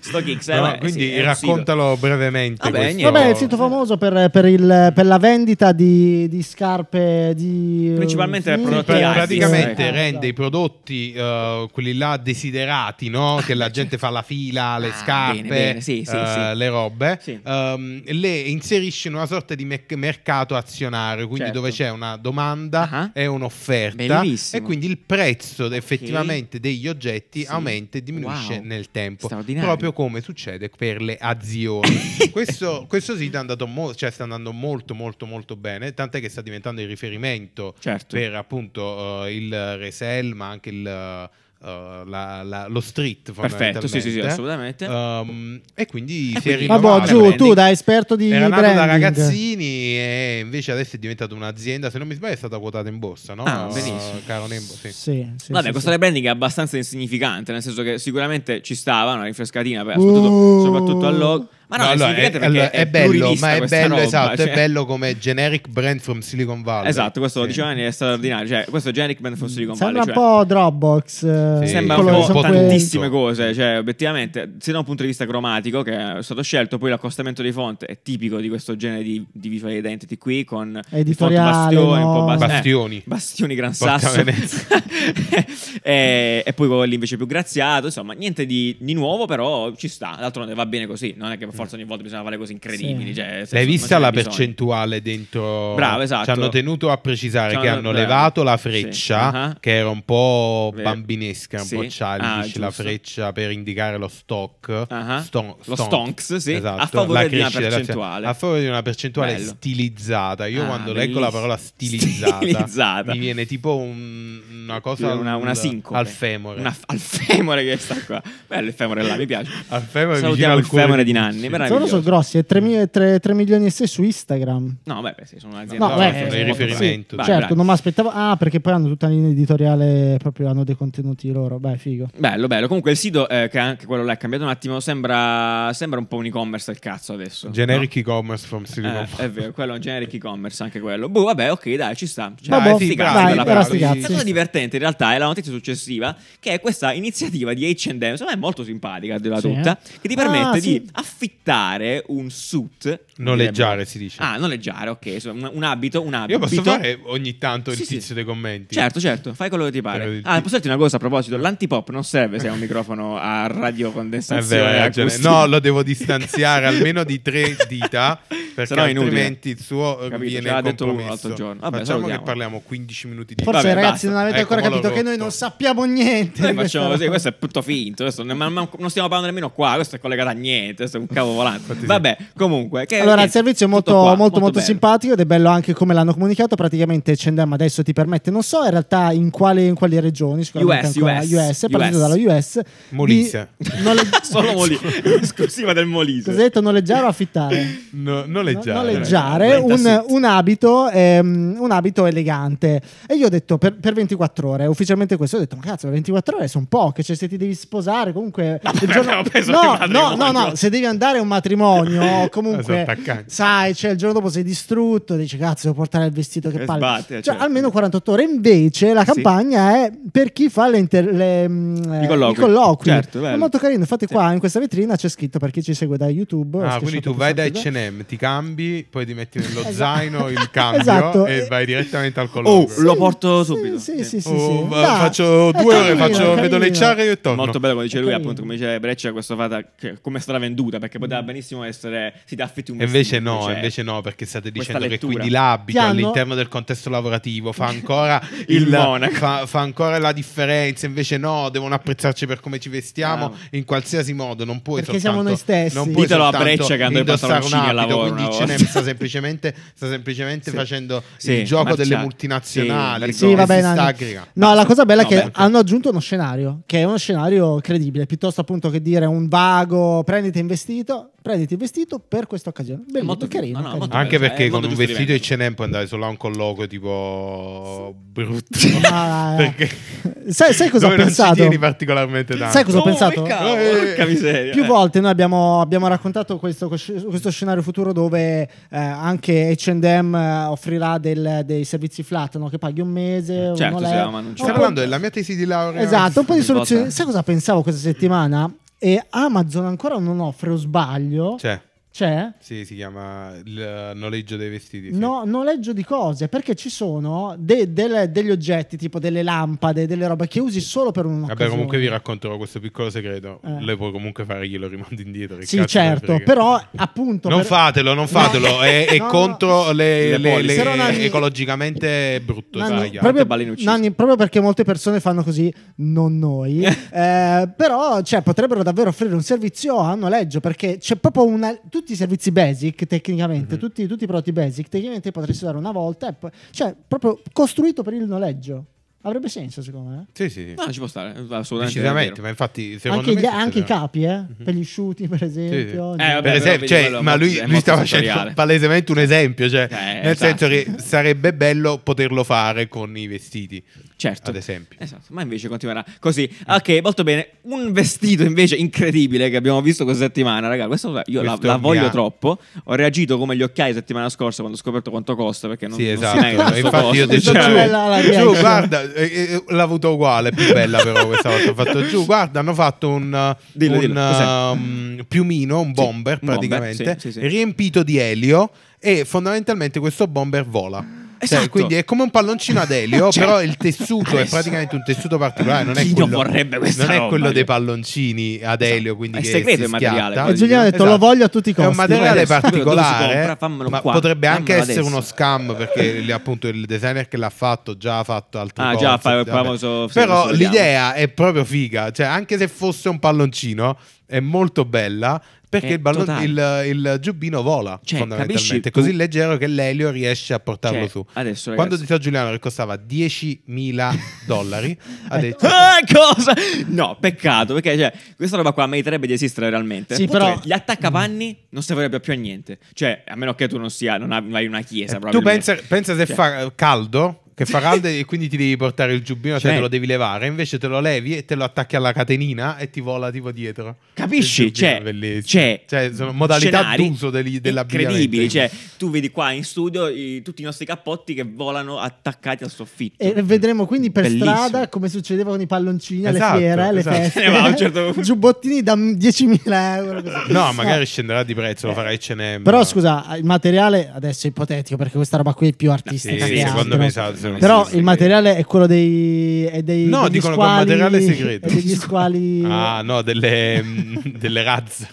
Speaker 2: StockX, eh,
Speaker 1: No,
Speaker 2: vabbè,
Speaker 1: quindi
Speaker 2: sì, è un sito.
Speaker 1: raccontalo brevemente.
Speaker 2: Vabbè,
Speaker 1: questo-
Speaker 2: niente.
Speaker 4: Vabbè, è il sito famoso per, per il- per la vendita di, di scarpe di...
Speaker 2: Principalmente per
Speaker 4: finite.
Speaker 2: prodotti
Speaker 1: Pra-
Speaker 2: artisti,
Speaker 1: praticamente
Speaker 2: eh.
Speaker 1: rende i prodotti eh, quelli là desiderati, no? che la gente fa la fila, le
Speaker 2: Ah,
Speaker 1: scarpe,
Speaker 2: bene, bene, sì, sì,
Speaker 1: eh,
Speaker 2: sì.
Speaker 1: le robe,
Speaker 2: Sì.
Speaker 1: ehm, le inserisce in una sorta di mec- mercato azionario, quindi
Speaker 2: Certo.
Speaker 1: dove c'è una domanda
Speaker 2: Ah.
Speaker 1: e un'offerta
Speaker 2: Bellissimo.
Speaker 1: e quindi il prezzo effettivamente degli oggetti
Speaker 2: Sì.
Speaker 1: aumenta e diminuisce
Speaker 2: Wow.
Speaker 1: nel tempo,
Speaker 2: Straordinario.
Speaker 1: proprio come succede per le azioni. questo, questo sito è andato mo- cioè, sta andando molto molto molto bene, tant'è che sta diventando il riferimento
Speaker 2: Certo.
Speaker 1: per appunto eh, il resell, ma anche il, eh, la- la- lo street.
Speaker 2: Perfetto, sì, sì, sì,
Speaker 1: fondamentalmente.
Speaker 2: assolutamente.
Speaker 1: Ehm, e quindi
Speaker 2: E
Speaker 1: si è
Speaker 2: quindi-
Speaker 1: rinnovato.
Speaker 4: Vabbè, giù, tu da esperto di
Speaker 1: Era nato da
Speaker 4: branding.
Speaker 1: ragazzini e invece adesso è diventata un'azienda. Se non mi sbaglio, è stata quotata in borsa, no?
Speaker 2: Ah,
Speaker 1: Eh,
Speaker 2: benissimo.
Speaker 1: Caro Nembo, sì.
Speaker 4: Sì, sì,
Speaker 2: Vabbè,
Speaker 4: sì,
Speaker 2: questo
Speaker 4: sì.
Speaker 2: rebranding è abbastanza insignificante, nel senso che sicuramente ci stava una rinfrescatina, beh,
Speaker 4: Uh.
Speaker 2: soprattutto, soprattutto al logo. Ma no,
Speaker 1: No,
Speaker 2: è
Speaker 1: allora,
Speaker 2: insignificante
Speaker 1: è, allora,
Speaker 2: perché
Speaker 1: è bello,
Speaker 2: plurilista
Speaker 1: ma è
Speaker 2: questa
Speaker 1: bello,
Speaker 2: roba,
Speaker 1: esatto,
Speaker 2: cioè-
Speaker 1: è bello come generic brand from Silicon Valley.
Speaker 2: Esatto, questo lo
Speaker 1: Sì.
Speaker 2: diceva Anni, è straordinario, cioè questo è Generic Man for Silicon
Speaker 4: Mm, Sembra
Speaker 2: Valley,
Speaker 4: un
Speaker 2: cioè-
Speaker 4: po' Dropbox. eh,
Speaker 1: Sì,
Speaker 2: Sembra
Speaker 1: quello
Speaker 2: un
Speaker 1: che
Speaker 2: po'
Speaker 1: sono
Speaker 2: tantissime
Speaker 1: quelli.
Speaker 2: cose, cioè obiettivamente, se da un punto di vista cromatico che è stato scelto, poi l'accostamento di font è tipico di questo genere di, di visual identity qui con il font
Speaker 4: Editoriale,
Speaker 2: bastione, un po'
Speaker 4: no?
Speaker 2: bas- eh,
Speaker 1: Bastioni.
Speaker 2: bastioni gran
Speaker 1: Porca
Speaker 2: sasso.
Speaker 1: Venezia.
Speaker 2: e, e poi quello invece più graziato, insomma, niente di, di nuovo, però ci sta, d'altronde va bene così, non è che per forza ogni volta bisogna fare cose incredibili,
Speaker 4: Sì.
Speaker 2: cioè, nel senso,
Speaker 1: L'hai
Speaker 2: non
Speaker 1: vista
Speaker 2: ce n'è
Speaker 1: la
Speaker 2: bisogno.
Speaker 1: percentuale dentro?
Speaker 2: Bravo, esatto.
Speaker 1: Ci hanno tenuto a precisare
Speaker 2: Ci
Speaker 1: che
Speaker 2: hanno-
Speaker 1: hanno
Speaker 2: bravo.
Speaker 1: levato la
Speaker 2: Sì.
Speaker 1: freccia,
Speaker 2: Ah.
Speaker 1: che era un po'
Speaker 2: Vero.
Speaker 1: bambinesca, un
Speaker 2: Sì.
Speaker 1: po'
Speaker 2: Ah,
Speaker 1: childish,
Speaker 2: giusto.
Speaker 1: la freccia per indicare lo stock.
Speaker 2: Ah.
Speaker 1: ston-
Speaker 2: Lo
Speaker 1: stonk.
Speaker 2: stonks, sì,
Speaker 1: Esatto,
Speaker 2: a favore
Speaker 1: la
Speaker 2: di una
Speaker 1: crescita della-
Speaker 2: percentuale.
Speaker 1: A favore di una percentuale
Speaker 2: Bello.
Speaker 1: stilizzata. Io
Speaker 2: Ah,
Speaker 1: quando leggo
Speaker 2: bellissimo.
Speaker 1: la parola stilizzata,
Speaker 2: Stilizzata.
Speaker 1: mi viene tipo un- una cosa
Speaker 2: una, una
Speaker 1: al-
Speaker 2: sincope
Speaker 1: al femore.
Speaker 2: Una f- al femore che sta qua bello il femore là mi piace
Speaker 1: Al femore vicino
Speaker 2: salutiamo
Speaker 1: al
Speaker 2: il
Speaker 1: cuore
Speaker 2: femore
Speaker 1: di
Speaker 2: di
Speaker 1: Vinci.
Speaker 2: Nanni
Speaker 1: Sì.
Speaker 4: Però loro sono
Speaker 2: meraviglioso
Speaker 4: grossi, è 3, milioni e 6 su Instagram.
Speaker 2: no beh, beh, sì, sono un'azienda
Speaker 4: No,
Speaker 1: No,
Speaker 4: beh,
Speaker 1: sono
Speaker 2: molto-
Speaker 1: i
Speaker 2: molto-
Speaker 1: riferimenti.
Speaker 2: Vai,
Speaker 4: certo,
Speaker 2: bravi.
Speaker 4: non mi aspettavo. Ah, perché poi hanno tutta la linea editoriale, proprio hanno dei contenuti loro. Beh, figo.
Speaker 2: Bello, bello. Comunque il sito, eh, che anche quello là è cambiato un attimo, sembra, sembra un po' un e-commerce al cazzo adesso.
Speaker 1: Generic e-commerce from
Speaker 2: no?
Speaker 1: Silicon
Speaker 2: Eh,
Speaker 1: Valley.
Speaker 2: è vero, quello è un generic e-commerce, anche quello. Boh, vabbè, ok, dai, ci sta. Cioè,
Speaker 4: Vabbè,
Speaker 2: sti
Speaker 4: sì,
Speaker 2: cazzi
Speaker 4: dai,
Speaker 2: della
Speaker 4: però
Speaker 2: parte.
Speaker 4: sti
Speaker 2: La
Speaker 4: cazzi.
Speaker 2: cosa divertente in realtà è la notizia successiva, che è questa iniziativa di HM, secondo me è molto simpatica, a dirla
Speaker 4: Sì,
Speaker 2: tutta, che ti permette
Speaker 4: Ah,
Speaker 2: di
Speaker 4: sì.
Speaker 2: affittare un suit.
Speaker 1: Noleggiare si dice.
Speaker 2: Ah, noleggiare, ok, insomma, un, un abito, un abito.
Speaker 1: Io posso fare ogni tanto il
Speaker 2: Sì, sì.
Speaker 1: tizio dei commenti. Eh
Speaker 2: Certo, certo, fai quello che ti
Speaker 1: Quello
Speaker 2: pare.
Speaker 1: di-
Speaker 2: Ah, posso dirti una cosa a proposito? L'antipop non serve se hai un microfono a radiocondensazione.
Speaker 1: È vero,
Speaker 4: eh,
Speaker 1: hai ragione.
Speaker 2: acustica.
Speaker 1: No, lo devo distanziare almeno di tre dita, perché
Speaker 2: Sennò è inutile.
Speaker 1: altrimenti il suo eh,
Speaker 2: Capito,
Speaker 1: viene
Speaker 2: ce l'ha detto uno
Speaker 1: compromesso.
Speaker 2: l'altro giorno. Vabbè,
Speaker 1: Facciamo
Speaker 2: salutiamo.
Speaker 1: che parliamo 15 minuti di
Speaker 4: Forse,
Speaker 2: Vabbè,
Speaker 4: ragazzi,
Speaker 2: basta. Ecco,
Speaker 4: non avete ancora
Speaker 1: Eccolo
Speaker 4: capito che
Speaker 1: rotto.
Speaker 4: noi non sappiamo niente.
Speaker 2: Noi
Speaker 4: di questa
Speaker 2: facciamo così,
Speaker 4: roba.
Speaker 2: questo è tutto finto, questo non, ma- ma- non stiamo parlando nemmeno qua, questo è collegato a niente, questo è un cavo volante.
Speaker 1: Infatti sì.
Speaker 2: Vabbè, comunque. che-
Speaker 4: Allora,
Speaker 2: che-
Speaker 4: il servizio è molto,
Speaker 2: tutto qua,
Speaker 4: molto, molto
Speaker 2: bello.
Speaker 4: simpatico ed è bello anche come l'hanno comunicato. Praticamente Cendem adesso ti permette, non so in realtà in, quale- in quali regioni, sicuramente
Speaker 2: US,
Speaker 4: ancora
Speaker 2: US,
Speaker 4: US, è partito
Speaker 2: US.
Speaker 4: dalla US.
Speaker 1: Molise.
Speaker 4: di noleggi-
Speaker 2: Solo Molise, esclusiva del Molise.
Speaker 4: Cosa hai detto? Noleggiare o affittare?
Speaker 1: No, noleggiare.
Speaker 4: No- noleggiare
Speaker 2: Renta
Speaker 4: un,
Speaker 2: suit.
Speaker 4: un abito, ehm, un abito elegante. E io ho detto per, per 24 ore, ufficialmente questo, ho detto, ma cazzo, 24 ore sono poche, cioè se ti devi sposare comunque... il
Speaker 2: vabbè, abbiamo preso
Speaker 4: no,
Speaker 2: anche il
Speaker 4: no, no,
Speaker 2: matrimonio. Esatto,
Speaker 4: no, se devi andare a un matrimonio o
Speaker 1: Sono
Speaker 4: comunque...
Speaker 1: attaccanti.
Speaker 4: Sai, cioè il giorno dopo sei distrutto, dici cazzo, devo portare il vestito che
Speaker 2: Che
Speaker 4: palle.
Speaker 2: sbatte,
Speaker 4: cioè,
Speaker 2: certo.
Speaker 4: almeno 48 ore. Invece la
Speaker 2: Sì.
Speaker 4: campagna è per chi fa le inter- le, mm, eh,
Speaker 2: colloqui. Certo,
Speaker 4: È
Speaker 2: bello.
Speaker 4: molto carino. Infatti
Speaker 2: Sì.
Speaker 4: qua in questa vetrina c'è scritto per chi ci segue da YouTube. ho
Speaker 1: Ah,
Speaker 4: screenshot
Speaker 1: quindi tu vai
Speaker 4: questo
Speaker 1: da
Speaker 4: video.
Speaker 1: H&M, ti cambi, poi ti metti nello
Speaker 4: Esatto.
Speaker 1: zaino il cambio
Speaker 4: Esatto.
Speaker 1: e vai direttamente al
Speaker 2: Oh,
Speaker 1: colloquio.
Speaker 2: lo porto subito.
Speaker 4: Sì, sì, sì.
Speaker 1: Oh,
Speaker 4: sì.
Speaker 1: va-
Speaker 4: Dai, eh,
Speaker 1: faccio
Speaker 4: è
Speaker 1: due ore,
Speaker 4: carino,
Speaker 1: faccio-
Speaker 4: è
Speaker 1: vedo
Speaker 4: carino.
Speaker 1: le ciarre e torno.
Speaker 2: Molto bello come dice
Speaker 4: È
Speaker 2: lui,
Speaker 4: carino.
Speaker 2: appunto, come dice Breccia, questa fata che- come sarà venduta, perché
Speaker 4: Mm.
Speaker 2: poteva benissimo essere si dà affitti un
Speaker 1: E invece
Speaker 2: vestito,
Speaker 1: no,
Speaker 2: cioè,
Speaker 1: invece no, perché state
Speaker 2: questa
Speaker 1: dicendo che
Speaker 2: lettura.
Speaker 1: quindi l'abito
Speaker 4: Ti hanno-
Speaker 1: all'interno del contesto lavorativo fa ancora
Speaker 2: Il
Speaker 1: il,
Speaker 2: monaco.
Speaker 1: fa, fa ancora la differenza, invece no, devono apprezzarci per come ci vestiamo
Speaker 2: Bravo.
Speaker 1: in qualsiasi modo, non puoi
Speaker 4: Perché
Speaker 1: soltanto-
Speaker 4: siamo noi stessi.
Speaker 1: non puoi
Speaker 2: Ditelo a
Speaker 1: soltanto
Speaker 2: Breccia che andò in
Speaker 1: indossare un
Speaker 2: pantaloncini al
Speaker 1: abito,
Speaker 2: lavoro
Speaker 1: quindi
Speaker 2: una
Speaker 1: ce ne
Speaker 2: volta.
Speaker 1: sta semplicemente sta semplicemente
Speaker 2: Sì.
Speaker 1: facendo
Speaker 2: Sì,
Speaker 1: il gioco delle
Speaker 2: marciato.
Speaker 1: multinazionali,
Speaker 2: Sì,
Speaker 4: Sì,
Speaker 1: come
Speaker 4: va bene.
Speaker 1: si sta
Speaker 4: anche-
Speaker 1: aggregando.
Speaker 4: No, la cosa bella è
Speaker 2: No,
Speaker 4: che
Speaker 2: beh, ok.
Speaker 4: hanno aggiunto uno scenario, che è uno scenario credibile, piuttosto appunto che dire un vago prenditi un vestito, prenditi il vestito per questa occasione. Bellissimo,
Speaker 2: molto no,
Speaker 4: carino.
Speaker 2: no,
Speaker 4: carino.
Speaker 2: molto
Speaker 1: Anche
Speaker 2: bello, eh,
Speaker 1: perché con
Speaker 2: molto
Speaker 1: un
Speaker 2: giusto
Speaker 1: vestito e
Speaker 2: livello.
Speaker 1: ce puoi andare solo a un colloquio tipo brutto.
Speaker 4: Ma-
Speaker 1: perché
Speaker 4: Ah, eh. Sai- sai cosa ho
Speaker 1: dove non
Speaker 4: pensato?
Speaker 1: Ci tieni particolarmente tanto.
Speaker 4: Sai cosa ho
Speaker 2: Oh,
Speaker 4: pensato?
Speaker 2: che cavolo, Porca miseria.
Speaker 4: Più
Speaker 2: eh.
Speaker 4: volte noi abbiamo, abbiamo raccontato questo, questo scenario futuro dove eh, anche HM offrirà del- dei servizi flat no? che paghi un mese.
Speaker 2: Certo,
Speaker 4: uno
Speaker 2: sì,
Speaker 4: l'è.
Speaker 2: ma
Speaker 1: Stiamo
Speaker 2: non c'è.
Speaker 4: Un po'
Speaker 1: parlando della mia tesi di laurea.
Speaker 4: Esatto, un po' di
Speaker 2: Ogni
Speaker 4: soluzioni.
Speaker 2: volta.
Speaker 4: Sai cosa pensavo questa settimana? E Amazon ancora non offre, o sbaglio?
Speaker 1: Cioè,
Speaker 4: C'è?
Speaker 1: sì, si chiama il noleggio dei vestiti. sì.
Speaker 4: No, noleggio di cose perché ci sono de- delle- degli oggetti tipo delle lampade, delle robe che usi solo per un
Speaker 1: Vabbè, comunque vi racconterò questo piccolo segreto.
Speaker 4: Eh.
Speaker 1: Lei può comunque fare, glielo rimando indietro. che
Speaker 4: Sì,
Speaker 1: cazzo me ne
Speaker 4: certo,
Speaker 1: frega.
Speaker 4: però appunto
Speaker 1: Non
Speaker 4: per-
Speaker 1: fatelo, non fatelo.
Speaker 4: No.
Speaker 1: È, è
Speaker 4: No, no.
Speaker 1: contro le,
Speaker 2: Le
Speaker 1: le-
Speaker 2: polizze.
Speaker 1: le-
Speaker 4: Però, Nanni-
Speaker 1: ecologicamente brutto.
Speaker 4: Nanni,
Speaker 1: sbagliato.
Speaker 4: proprio,
Speaker 2: Molte balene uccise.
Speaker 4: Nanni, proprio perché molte persone fanno così, non noi, eh, però cioè, potrebbero davvero offrire un servizio a noleggio perché c'è proprio una, tutti i servizi basic tecnicamente,
Speaker 2: Mm-hmm.
Speaker 4: tutti, tutti i prodotti basic tecnicamente potresti dare una volta, e poi- cioè proprio costruito per il noleggio. Avrebbe senso secondo me.
Speaker 1: Sì, sì, sì.
Speaker 2: Eh. No, ci può stare, assolutamente. è
Speaker 1: decisamente.
Speaker 2: vero.
Speaker 1: Ma infatti, secondo
Speaker 4: Anche,
Speaker 1: me.
Speaker 4: gli-
Speaker 1: succederà.
Speaker 4: anche i capi, eh? per gli sciuti per esempio.
Speaker 2: Mm-hmm. Eh, vabbè,
Speaker 1: per
Speaker 2: però
Speaker 1: esempio,
Speaker 2: vedi,
Speaker 1: cioè,
Speaker 2: quello è
Speaker 1: ma
Speaker 2: molto-
Speaker 1: lui,
Speaker 2: è
Speaker 1: lui
Speaker 2: molto
Speaker 1: stava
Speaker 2: settoriale.
Speaker 1: facendo palesemente un esempio, cioè,
Speaker 2: Eh,
Speaker 1: nel
Speaker 2: esatto.
Speaker 1: senso che sarebbe bello poterlo fare con i vestiti,
Speaker 2: Certo.
Speaker 1: ad esempio.
Speaker 2: Esatto, ma invece continuerà così. Ok, molto bene. Un vestito invece incredibile che abbiamo visto questa settimana, raga. Questo io la-
Speaker 1: Questo
Speaker 2: la,
Speaker 1: mi
Speaker 2: voglio
Speaker 1: ha-
Speaker 2: troppo. Ho reagito come gli occhiai settimana scorsa quando ho scoperto quanto costa perché non,
Speaker 1: Sì,
Speaker 2: non
Speaker 1: esatto.
Speaker 2: si nega questo
Speaker 1: Infatti, io ho
Speaker 2: costo.
Speaker 1: detto
Speaker 4: Cioè,
Speaker 1: giù,
Speaker 4: bella la
Speaker 1: giù,
Speaker 4: reaction.
Speaker 1: guarda, eh, eh, l'ha avuto uguale. È più bella, però, questa volta. Ho fatto giù, guarda, hanno fatto un, eh,
Speaker 2: Dillo,
Speaker 1: un,
Speaker 2: dillo, cos'è?
Speaker 1: ehm, piumino, un bomber
Speaker 2: un bomber,
Speaker 1: praticamente,
Speaker 2: sì, sì, sì.
Speaker 1: riempito di elio. E fondamentalmente questo bomber vola. Cioè,
Speaker 2: Esatto.
Speaker 1: quindi è come un palloncino ad elio,
Speaker 2: Cioè,
Speaker 1: però il tessuto è
Speaker 2: adesso-
Speaker 1: praticamente un tessuto particolare. Non è
Speaker 2: Chi non
Speaker 1: quello,
Speaker 2: vorrebbe questa
Speaker 1: non è
Speaker 2: roba? eh?
Speaker 1: quello dei palloncini ad
Speaker 2: Esatto.
Speaker 1: elio. Quindi
Speaker 2: È
Speaker 1: che
Speaker 2: segreto
Speaker 1: si
Speaker 2: il materiale,
Speaker 1: schiatta.
Speaker 2: quello.
Speaker 4: E Giuliano Eh, ha detto
Speaker 1: Esatto.
Speaker 4: lo voglio a tutti i
Speaker 1: È
Speaker 4: costi.
Speaker 1: un materiale
Speaker 2: Adesso, quello dove si
Speaker 1: particolare,
Speaker 2: compra, fammelo
Speaker 1: ma
Speaker 2: qua,
Speaker 1: potrebbe anche
Speaker 2: fammelo
Speaker 1: essere
Speaker 2: adesso.
Speaker 1: uno scam perché il- appunto il designer che l'ha fatto già ha fatto altre
Speaker 2: Ah,
Speaker 1: cose.
Speaker 2: già, fa- il
Speaker 1: vabbè.
Speaker 2: famoso- sì,
Speaker 1: Però
Speaker 2: adesso vediamo.
Speaker 1: l'idea è proprio figa, cioè anche se fosse un palloncino è molto bella perché
Speaker 2: È
Speaker 1: il, ballon-
Speaker 2: totale.
Speaker 1: il- il giubbino vola
Speaker 2: Cioè, capisci
Speaker 1: fondamentalmente, è
Speaker 2: tu-
Speaker 1: così leggero che l'elio riesce a portarlo
Speaker 2: Cioè,
Speaker 1: su.
Speaker 2: adesso, ragazzi-
Speaker 1: Quando ti so Giuliano che costava 10.000 dollari, ha detto
Speaker 2: Ah, cosa? No, peccato, perché cioè, questa roba qua meriterebbe di esistere realmente.
Speaker 4: Sì,
Speaker 2: Il punto
Speaker 4: però-
Speaker 2: è, gli attaccapanni non servirebbero più a niente. Cioè, a meno che tu non sia non hai una chiesa,
Speaker 1: Eh, Tu
Speaker 2: probabilmente.
Speaker 1: pensa, pensa se
Speaker 2: Cioè,
Speaker 1: fa caldo, che fa caldo e quindi ti devi portare il giubbino, cioè
Speaker 2: Cioè-
Speaker 1: te lo devi levare, invece te lo levi e te lo attacchi alla catenina e ti vola tipo dietro.
Speaker 2: Capisci?
Speaker 1: Il giubbino
Speaker 2: Cioè,
Speaker 1: è bellissimo.
Speaker 2: c'è
Speaker 1: Cioè, sono modalità
Speaker 2: scenari
Speaker 1: d'uso degli, dell'abbigliamento.
Speaker 2: incredibili. Cioè, tu vedi qua in studio i- tutti i nostri cappotti che volano attaccati al soffitto.
Speaker 4: E vedremo quindi per
Speaker 2: Bellissimo.
Speaker 4: strada come succedeva con i palloncini alle
Speaker 1: Esatto,
Speaker 4: fiere, alle
Speaker 1: esatto.
Speaker 4: feste.
Speaker 2: Eh, ma a un certo punto-
Speaker 4: Giubbottini da 10.000 euro. così.
Speaker 1: No, magari scenderà di prezzo, lo farai H&M.
Speaker 4: Eh. Però scusa, il materiale adesso è ipotetico perché questa roba qui è più
Speaker 1: Sì,
Speaker 4: artistica. che altro.
Speaker 1: secondo me sa- secondo me
Speaker 4: Però
Speaker 1: sì,
Speaker 4: il
Speaker 1: sì.
Speaker 4: materiale è quello dei. È dei
Speaker 1: No,
Speaker 4: degli
Speaker 1: dicono che è un
Speaker 4: squali,
Speaker 1: materiale segreto.
Speaker 4: è degli squali.
Speaker 1: Ah, no, delle, mm, delle razze.